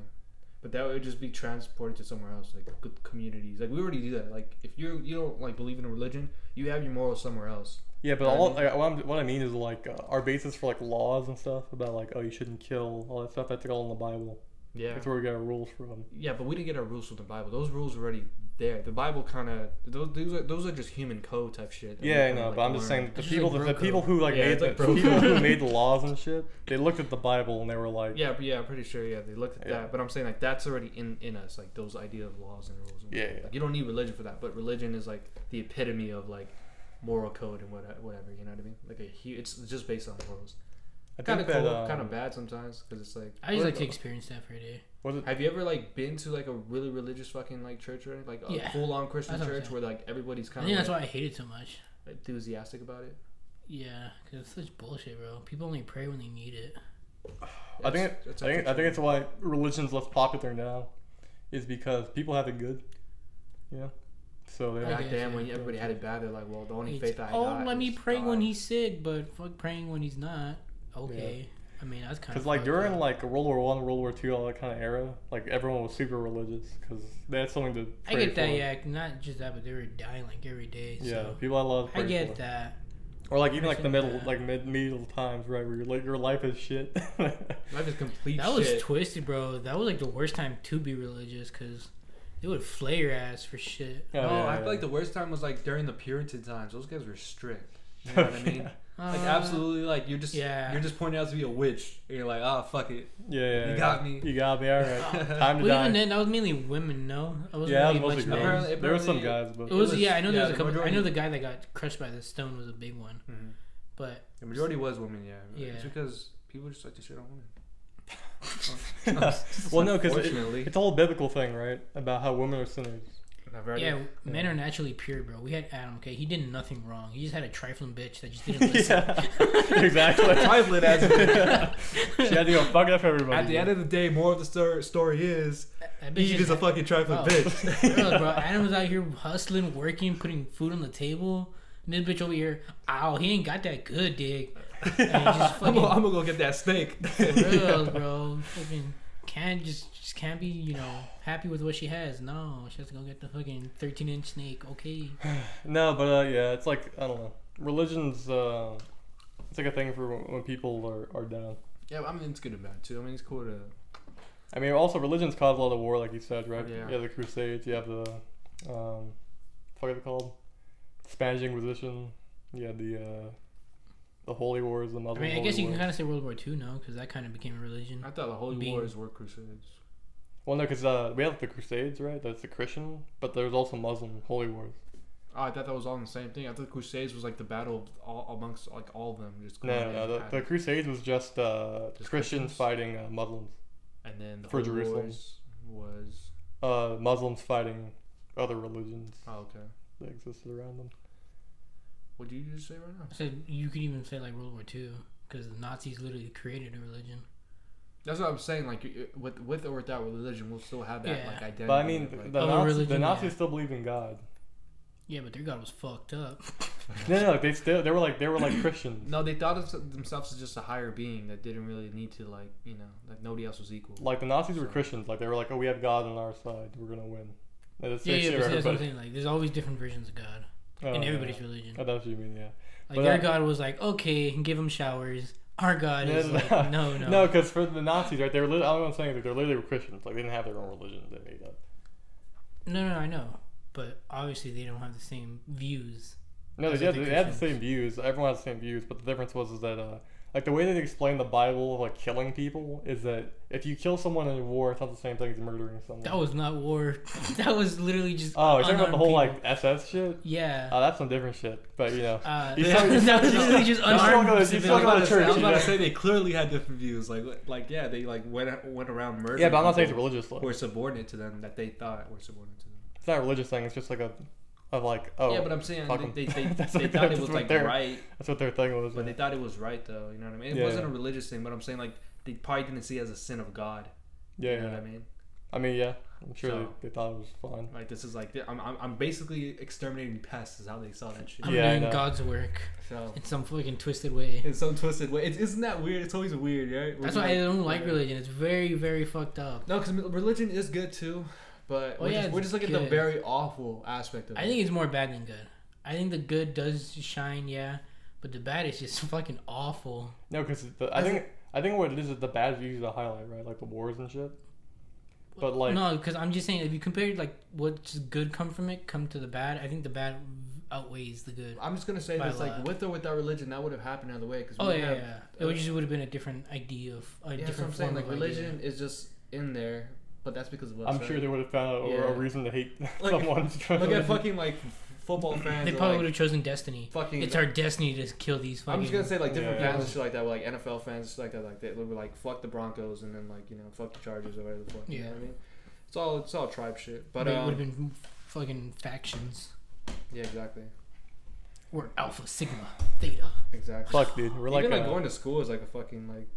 S1: but that would just be transported to somewhere else, like good communities. Like we already do that. Like if you you don't like believe in a religion, you have your morals somewhere else.
S2: Yeah, but
S1: I
S2: all
S1: mean-
S2: I, what, I'm, what I mean is like uh, our basis for like laws and stuff about like oh you shouldn't kill all that stuff. That's all in the Bible.
S1: Yeah,
S2: That's where we got our rules from.
S1: yeah, but we didn't get our rules from the Bible. Those rules were already there. The Bible kind of those those are, those are just human code type shit. that we
S2: Yeah, I
S1: kinda,
S2: know,
S1: like,
S2: but I'm just saying
S1: learned.
S2: that the
S3: It's just
S2: people
S3: like
S2: the
S3: bro
S2: people
S3: code.
S2: who like
S1: Yeah,
S2: made
S1: it's like
S2: the
S1: bro
S2: people who
S1: code.
S2: made the laws and shit, they looked at the Bible and they were like,
S1: Yeah, but yeah, I'm pretty sure. Yeah, they looked at
S2: Yeah.
S1: that, but I'm saying like that's already in in us, like those idea of laws and rules. And
S2: Yeah,
S1: whatnot.
S2: yeah.
S1: Like, you don't need religion for that, but religion is like the epitome of like moral code and what, whatever. You know what I mean? Like a hu it's just based on morals.
S2: I
S1: Kind
S2: think
S1: of
S2: that
S1: cool,
S2: um,
S1: kind of bad sometimes, because it's like.
S3: I just
S1: Or-
S3: like to experience that for a day.
S2: was it
S1: Have you ever like been to like a really religious fucking like church or anything? like a
S3: Yeah.
S1: full on Christian
S3: That's what I'm
S1: church
S3: saying.
S1: where like everybody's
S3: I
S1: kind
S3: think
S1: of
S3: that's why I hate it so much.
S1: enthusiastic about it?
S3: Yeah, because it's such bullshit, bro. People only pray when they need it.
S2: I think
S1: That's- that's
S2: I think, I
S1: actually
S2: think it's why religion's less popular now, is because people have it good. Yeah, so
S1: true.
S2: they don't,
S1: Back
S3: Okay,
S1: then,
S3: so-
S1: when everybody had it bad, they're like, "Well, the only
S3: It's,
S1: faith I
S3: oh,
S1: got."
S3: let me
S1: is
S3: pray when
S1: God."
S3: he's sick, but fuck praying when he's not. Okay. I mean, that's kind of.
S2: Because like during like World War One, World War Two, all that kind of era, like everyone was super religious because they had something to.
S3: I
S2: pray
S3: get that,
S2: for.
S3: yeah. Not just that, but they were dying like every day. So.
S2: Yeah, people I love.
S3: I
S2: pray
S3: get
S2: for.
S3: that.
S2: Or like even like the
S3: Understand
S2: middle,
S3: that.
S2: like mid medieval times, right? Where you're like your life is shit. Oh,
S1: Life is complete
S3: That was
S1: shit.
S3: twisted, bro. That was like the worst time to be religious because they would flay your ass for shit.
S1: Oh,
S2: yeah,
S1: I
S2: yeah.
S1: feel like the worst time was like during the Puritan times. Those guys were strict. You know what I mean? Like
S3: Uh,
S1: absolutely, like you're just
S3: yeah.
S1: you're just pointed out to be a witch, and you're like, ah, fuck it.
S2: Yeah, yeah,
S1: You
S2: yeah.
S1: got me. Uh,
S2: You got me. All right, time to
S3: Well,
S2: die.
S3: even then, that was mainly women. No, I wasn't
S2: Yeah, that
S3: really
S2: was mostly
S3: much men.
S2: girls.
S1: Apparently-
S2: There were some
S1: apparently-
S2: guys, but
S3: It was,
S1: It was-
S3: yeah. I know
S1: yeah,
S3: there was a
S1: the
S3: couple. I
S1: majority-
S3: know the guy that got crushed by the stone was a big one,
S1: Mhm.
S3: but
S1: The majority was women, yeah.
S3: Yeah.
S1: It's because people just like to shit on women.
S2: well, no, because it,
S1: Fortunately,
S2: it's a whole biblical thing, right? About how women are sinners.
S1: I've already-
S3: yeah, men
S2: Yeah.
S3: are naturally pure, bro. We had Adam. Okay, he did nothing wrong. He just had a trifling bitch that just didn't listen.
S2: yeah, exactly.
S1: Trifling as
S2: she had to go fuck up everybody.
S1: At the end of the day, more of the stor- story is
S3: That bitch
S1: Eve is a fucking trifling
S3: Oh.
S1: bitch.
S3: bro, bro, Adam was out here hustling, working, putting food on the table. And this bitch over here, ow, he ain't got that good dick. And he just
S1: I'm,
S3: fucking
S1: gonna, I'm gonna go get that snake.
S3: real, bro. Fucking can't just just can't be, you know, happy with what she has. No, she has to go get the fucking thirteen inch snake. Okay.
S2: No, but uh, yeah, it's like I don't know. Religion's uh, it's like a thing for when when people are, are down.
S1: yeah, I mean it's good and bad too. I mean it's cool to
S2: I mean, also religion's caused a lot of war, like you said, right?
S1: Yeah.
S2: You have the Crusades. You have the um, what are they called? Spanish Inquisition. You had the uh, the Holy Wars, the
S3: I
S2: Muslim.
S3: mean, I
S2: Holy
S3: guess you can
S2: Wars.
S3: kind of say World War Two now because that kind of became a religion.
S1: I thought the Holy
S3: Being-
S1: Wars were crusades.
S2: Well, no, because uh, we have the Crusades, right? That's the Christian, but there's also Muslim Holy Wars.
S1: Oh, I thought that was all the same thing. I thought crusades was like the battle of all, amongst like all of them. Just going
S2: No,
S1: in
S2: no, the,
S1: at
S2: the
S1: it.
S2: Crusades was just, uh,
S1: Just
S2: Christians
S1: Christians?
S2: fighting uh, Muslims.
S1: and then the
S2: for
S1: Holy
S2: Jerusalem.
S1: Wars was
S2: Uh, Muslims fighting other religions
S1: oh okay.
S2: that existed around them.
S1: What did you just say right now?
S3: So you could even say like World War Two because the Nazis literally created a religion.
S1: That's what I'm saying. Like you- with with or without religion, we'll still have that
S3: Yeah.
S1: like identity.
S2: But I mean,
S1: of, like,
S2: the,
S3: Other
S2: Nazis, the
S3: religion,
S2: Nazis
S3: yeah.
S2: still believed in God.
S3: Yeah, but their god was fucked up.
S2: No, no, they still they were like they were like Christians.
S1: no, they thought of them- themselves as just a higher being that didn't really need to like you know like nobody else was equal.
S2: Like the Nazis were
S1: So-
S2: Christians. Like they were like, oh, we have God on our side. We're gonna win. And it's
S3: yeah, yeah,
S2: basically
S3: but that's what I'm
S2: everybody.
S3: saying. Like, there's always different versions of God
S2: Oh,
S3: in
S2: yeah,
S3: everybody's
S2: yeah.
S3: religion.
S2: Oh, that's what you mean, yeah.
S3: Like
S2: But,
S3: their
S2: uh,
S3: god was like, okay, give him showers. Our God is
S2: No,
S3: like,
S2: no.
S3: no, no.
S2: No, because for the Nazis, right? They were. Li- I was saying that they're literally were Christians. Like they didn't have their own religion. They made up.
S3: No, no, I know. But obviously, they don't have the same views.
S2: No,
S3: As
S2: they
S3: are
S2: had,
S3: the
S2: they had the
S3: Christians.
S2: same views. Everyone had the same views, but the difference was is that uh, like the way that they explain the Bible, like killing people, is that if you kill someone in war, it's not the same thing as murdering someone.
S3: That was not war. that was literally just.
S2: oh, you're talking about
S3: unarmed
S2: the whole
S3: people.
S2: like SS shit.
S3: Yeah.
S2: Oh, that's some different shit. But you know,
S3: Uh,
S2: You
S3: that
S2: still-
S3: was
S2: you still-
S3: literally just
S2: you still go to- you
S3: unarmed
S2: still
S1: I
S2: go
S1: was about to
S2: to
S3: civilians.
S1: say, I
S2: church,
S1: was about to
S2: yeah.
S1: say they clearly had different views. Like, like yeah, they like went went around murdering.
S2: yeah, but I'm not saying it's
S1: people
S2: religious. Like,
S1: who were subordinate to them that they thought were subordinate to them.
S2: it's not a religious thing. It's just like a, of like oh,
S1: yeah, but I'm saying
S2: fuck
S1: they,
S2: 'em.
S1: they, they,
S2: That's
S1: they
S2: what-
S1: thought
S2: that's
S1: it was
S2: what
S1: like
S2: they're-
S1: right,
S2: that's what their thing was.
S1: but they
S2: yeah.
S1: thought it was right though. You know what I mean? It
S2: Yeah,
S1: wasn't a
S2: yeah.
S1: religious thing, but I'm saying like they probably didn't see it as a sin of God.
S2: yeah,
S1: you know
S2: yeah.
S1: what I mean?
S2: I mean, yeah, I'm sure
S1: So-
S2: they, they thought it was fun.
S1: Like this is like I'm I'm, I'm basically exterminating pests is how they saw that shit.
S3: I'm
S2: Yeah, I
S3: doing
S2: know.
S3: God's work
S1: So
S3: in some fucking twisted way.
S1: in some twisted way, it's, isn't that weird? It's always weird, right? We're
S3: That's why I don't like
S1: yeah.
S3: religion. It's very, very fucked up.
S1: No, because religion is good too, but
S3: Oh,
S1: we're,
S3: yeah,
S1: just, we're
S3: it's
S1: just looking at the
S3: good.
S1: very awful aspect of
S3: I
S1: it.
S3: think it's more bad than good. I think the good does shine, yeah, but the bad is just fucking awful.
S2: No, because I
S1: As
S2: think I think what it is is the bad is usually the highlight, right? Like the wars and shit. But like,
S3: no, because I'm just saying if you compare like what's good come from it, come to the bad. I think the bad outweighs the good.
S1: I'm just gonna say
S3: By
S1: this: like
S3: lot.
S1: with or without religion, that would have happened either way. Because
S3: Oh yeah, yeah,
S1: uh,
S3: yeah. It just would have been a different idea of a
S1: yeah, that's what
S3: different
S1: I'm
S3: form
S1: saying. Like
S3: of religion.
S1: religion is just in there, but that's because of us.
S2: I'm
S1: right?
S2: sure they would have found a,
S1: Yeah.
S2: a reason to hate
S1: Look-
S2: someone.
S1: Look at fucking like football fans.
S3: They
S1: are,
S3: probably
S1: like,
S3: would have chosen destiny.
S1: fucking.
S3: It's our destiny to kill these fucking.
S1: I'm just gonna say like different
S2: Yeah.
S1: fans and shit like that, like NFL fans and shit like that, like they were like fuck the Broncos and then like you know fuck the Chargers or whatever the fuck. You know
S3: Yeah.
S1: what I mean? It's all it's all tribe shit. But
S3: But it would
S1: um,
S3: have been fucking factions.
S1: yeah, exactly,
S3: We're Alpha, Sigma, Theta.
S1: exactly.
S2: Fuck, dude. We're like,
S1: Even like
S2: uh,
S1: going to school is like a fucking like.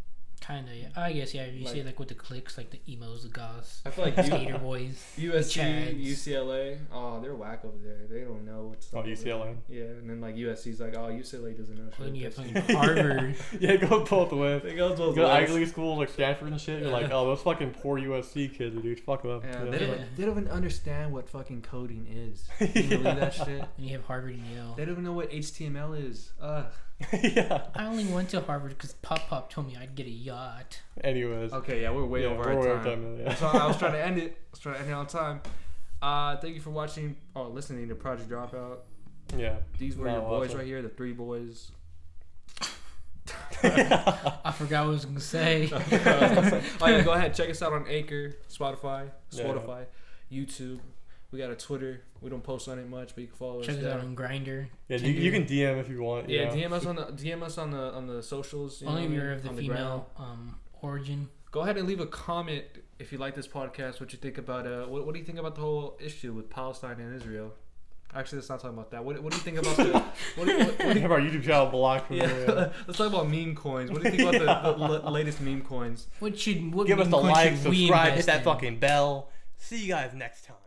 S3: Kinda, yeah. I guess, yeah. You
S1: Like-
S3: see, like with the cliques, like the emos, the goths,
S1: I feel like you,
S3: skater boys.
S1: USC,
S3: Chads.
S1: UCLA. Oh, they're whack over there. They don't know what's.
S2: oh
S1: up over
S2: UCLA.
S1: there. Yeah, and then like USC's like, oh, UCLA doesn't know
S3: When you
S1: shit.
S3: have
S1: That's-
S3: fucking Harvard.
S2: Yeah, go both ways.
S1: They go to
S2: Go
S1: those
S2: to
S1: lists.
S2: ugly schools like Stanford and shit. You're like,
S3: Yeah.
S2: oh, those fucking poor USC kids, dude. Fuck them.
S1: Yeah,
S2: Yeah.
S1: They, don't,
S3: Yeah.
S1: they don't even understand what fucking coding is. Can you believe that shit?
S3: When you have Harvard and Yale.
S1: They don't even know what HTML is. Ugh.
S2: yeah.
S3: I only went to Harvard because Pop Pop told me I'd get a yacht.
S2: Anyways.
S1: Okay, yeah, we're way
S2: Yeah,
S1: over
S2: we're
S1: our
S2: way over
S1: time.
S2: time, yeah.
S1: That's why I was trying to end it. I was trying to end it on time. Uh, thank you for watching or listening to Project Dropout.
S2: Yeah.
S1: These were
S2: No,
S1: your boys
S2: awesome.
S1: right here, the three boys.
S3: I forgot what I was gonna say.
S1: oh yeah, go ahead. Check us out on Anchor, Spotify,
S2: Yeah.
S1: Spotify, YouTube. We got a Twitter. We don't post on it much, but you can follow us.
S3: Check us
S1: there.
S3: out on Grinder.
S2: Yeah, you, you can DM if you want. you
S1: Yeah,
S2: know.
S1: DM us on the DM us on the on the socials. you know
S3: Only if
S1: what I
S3: you're
S1: mean?
S3: of the
S1: On ground.
S3: female um, origin.
S1: Go ahead and leave a comment if you like this podcast. What you think about uh, what, what do you think about the whole issue with Palestine and Israel? Actually, let's not talk about that. What, what do you think about the? what do you, what,
S2: We have our YouTube channel blocked from
S1: yeah,
S2: there.
S1: let's talk about meme coins. What do you think about the, the la- latest meme coins?
S3: What should what
S2: Give us
S3: meme
S2: the
S3: coin
S2: like,
S3: should we
S2: subscribe, hit
S3: invest
S2: that
S3: in?
S2: fucking bell. See you guys next time.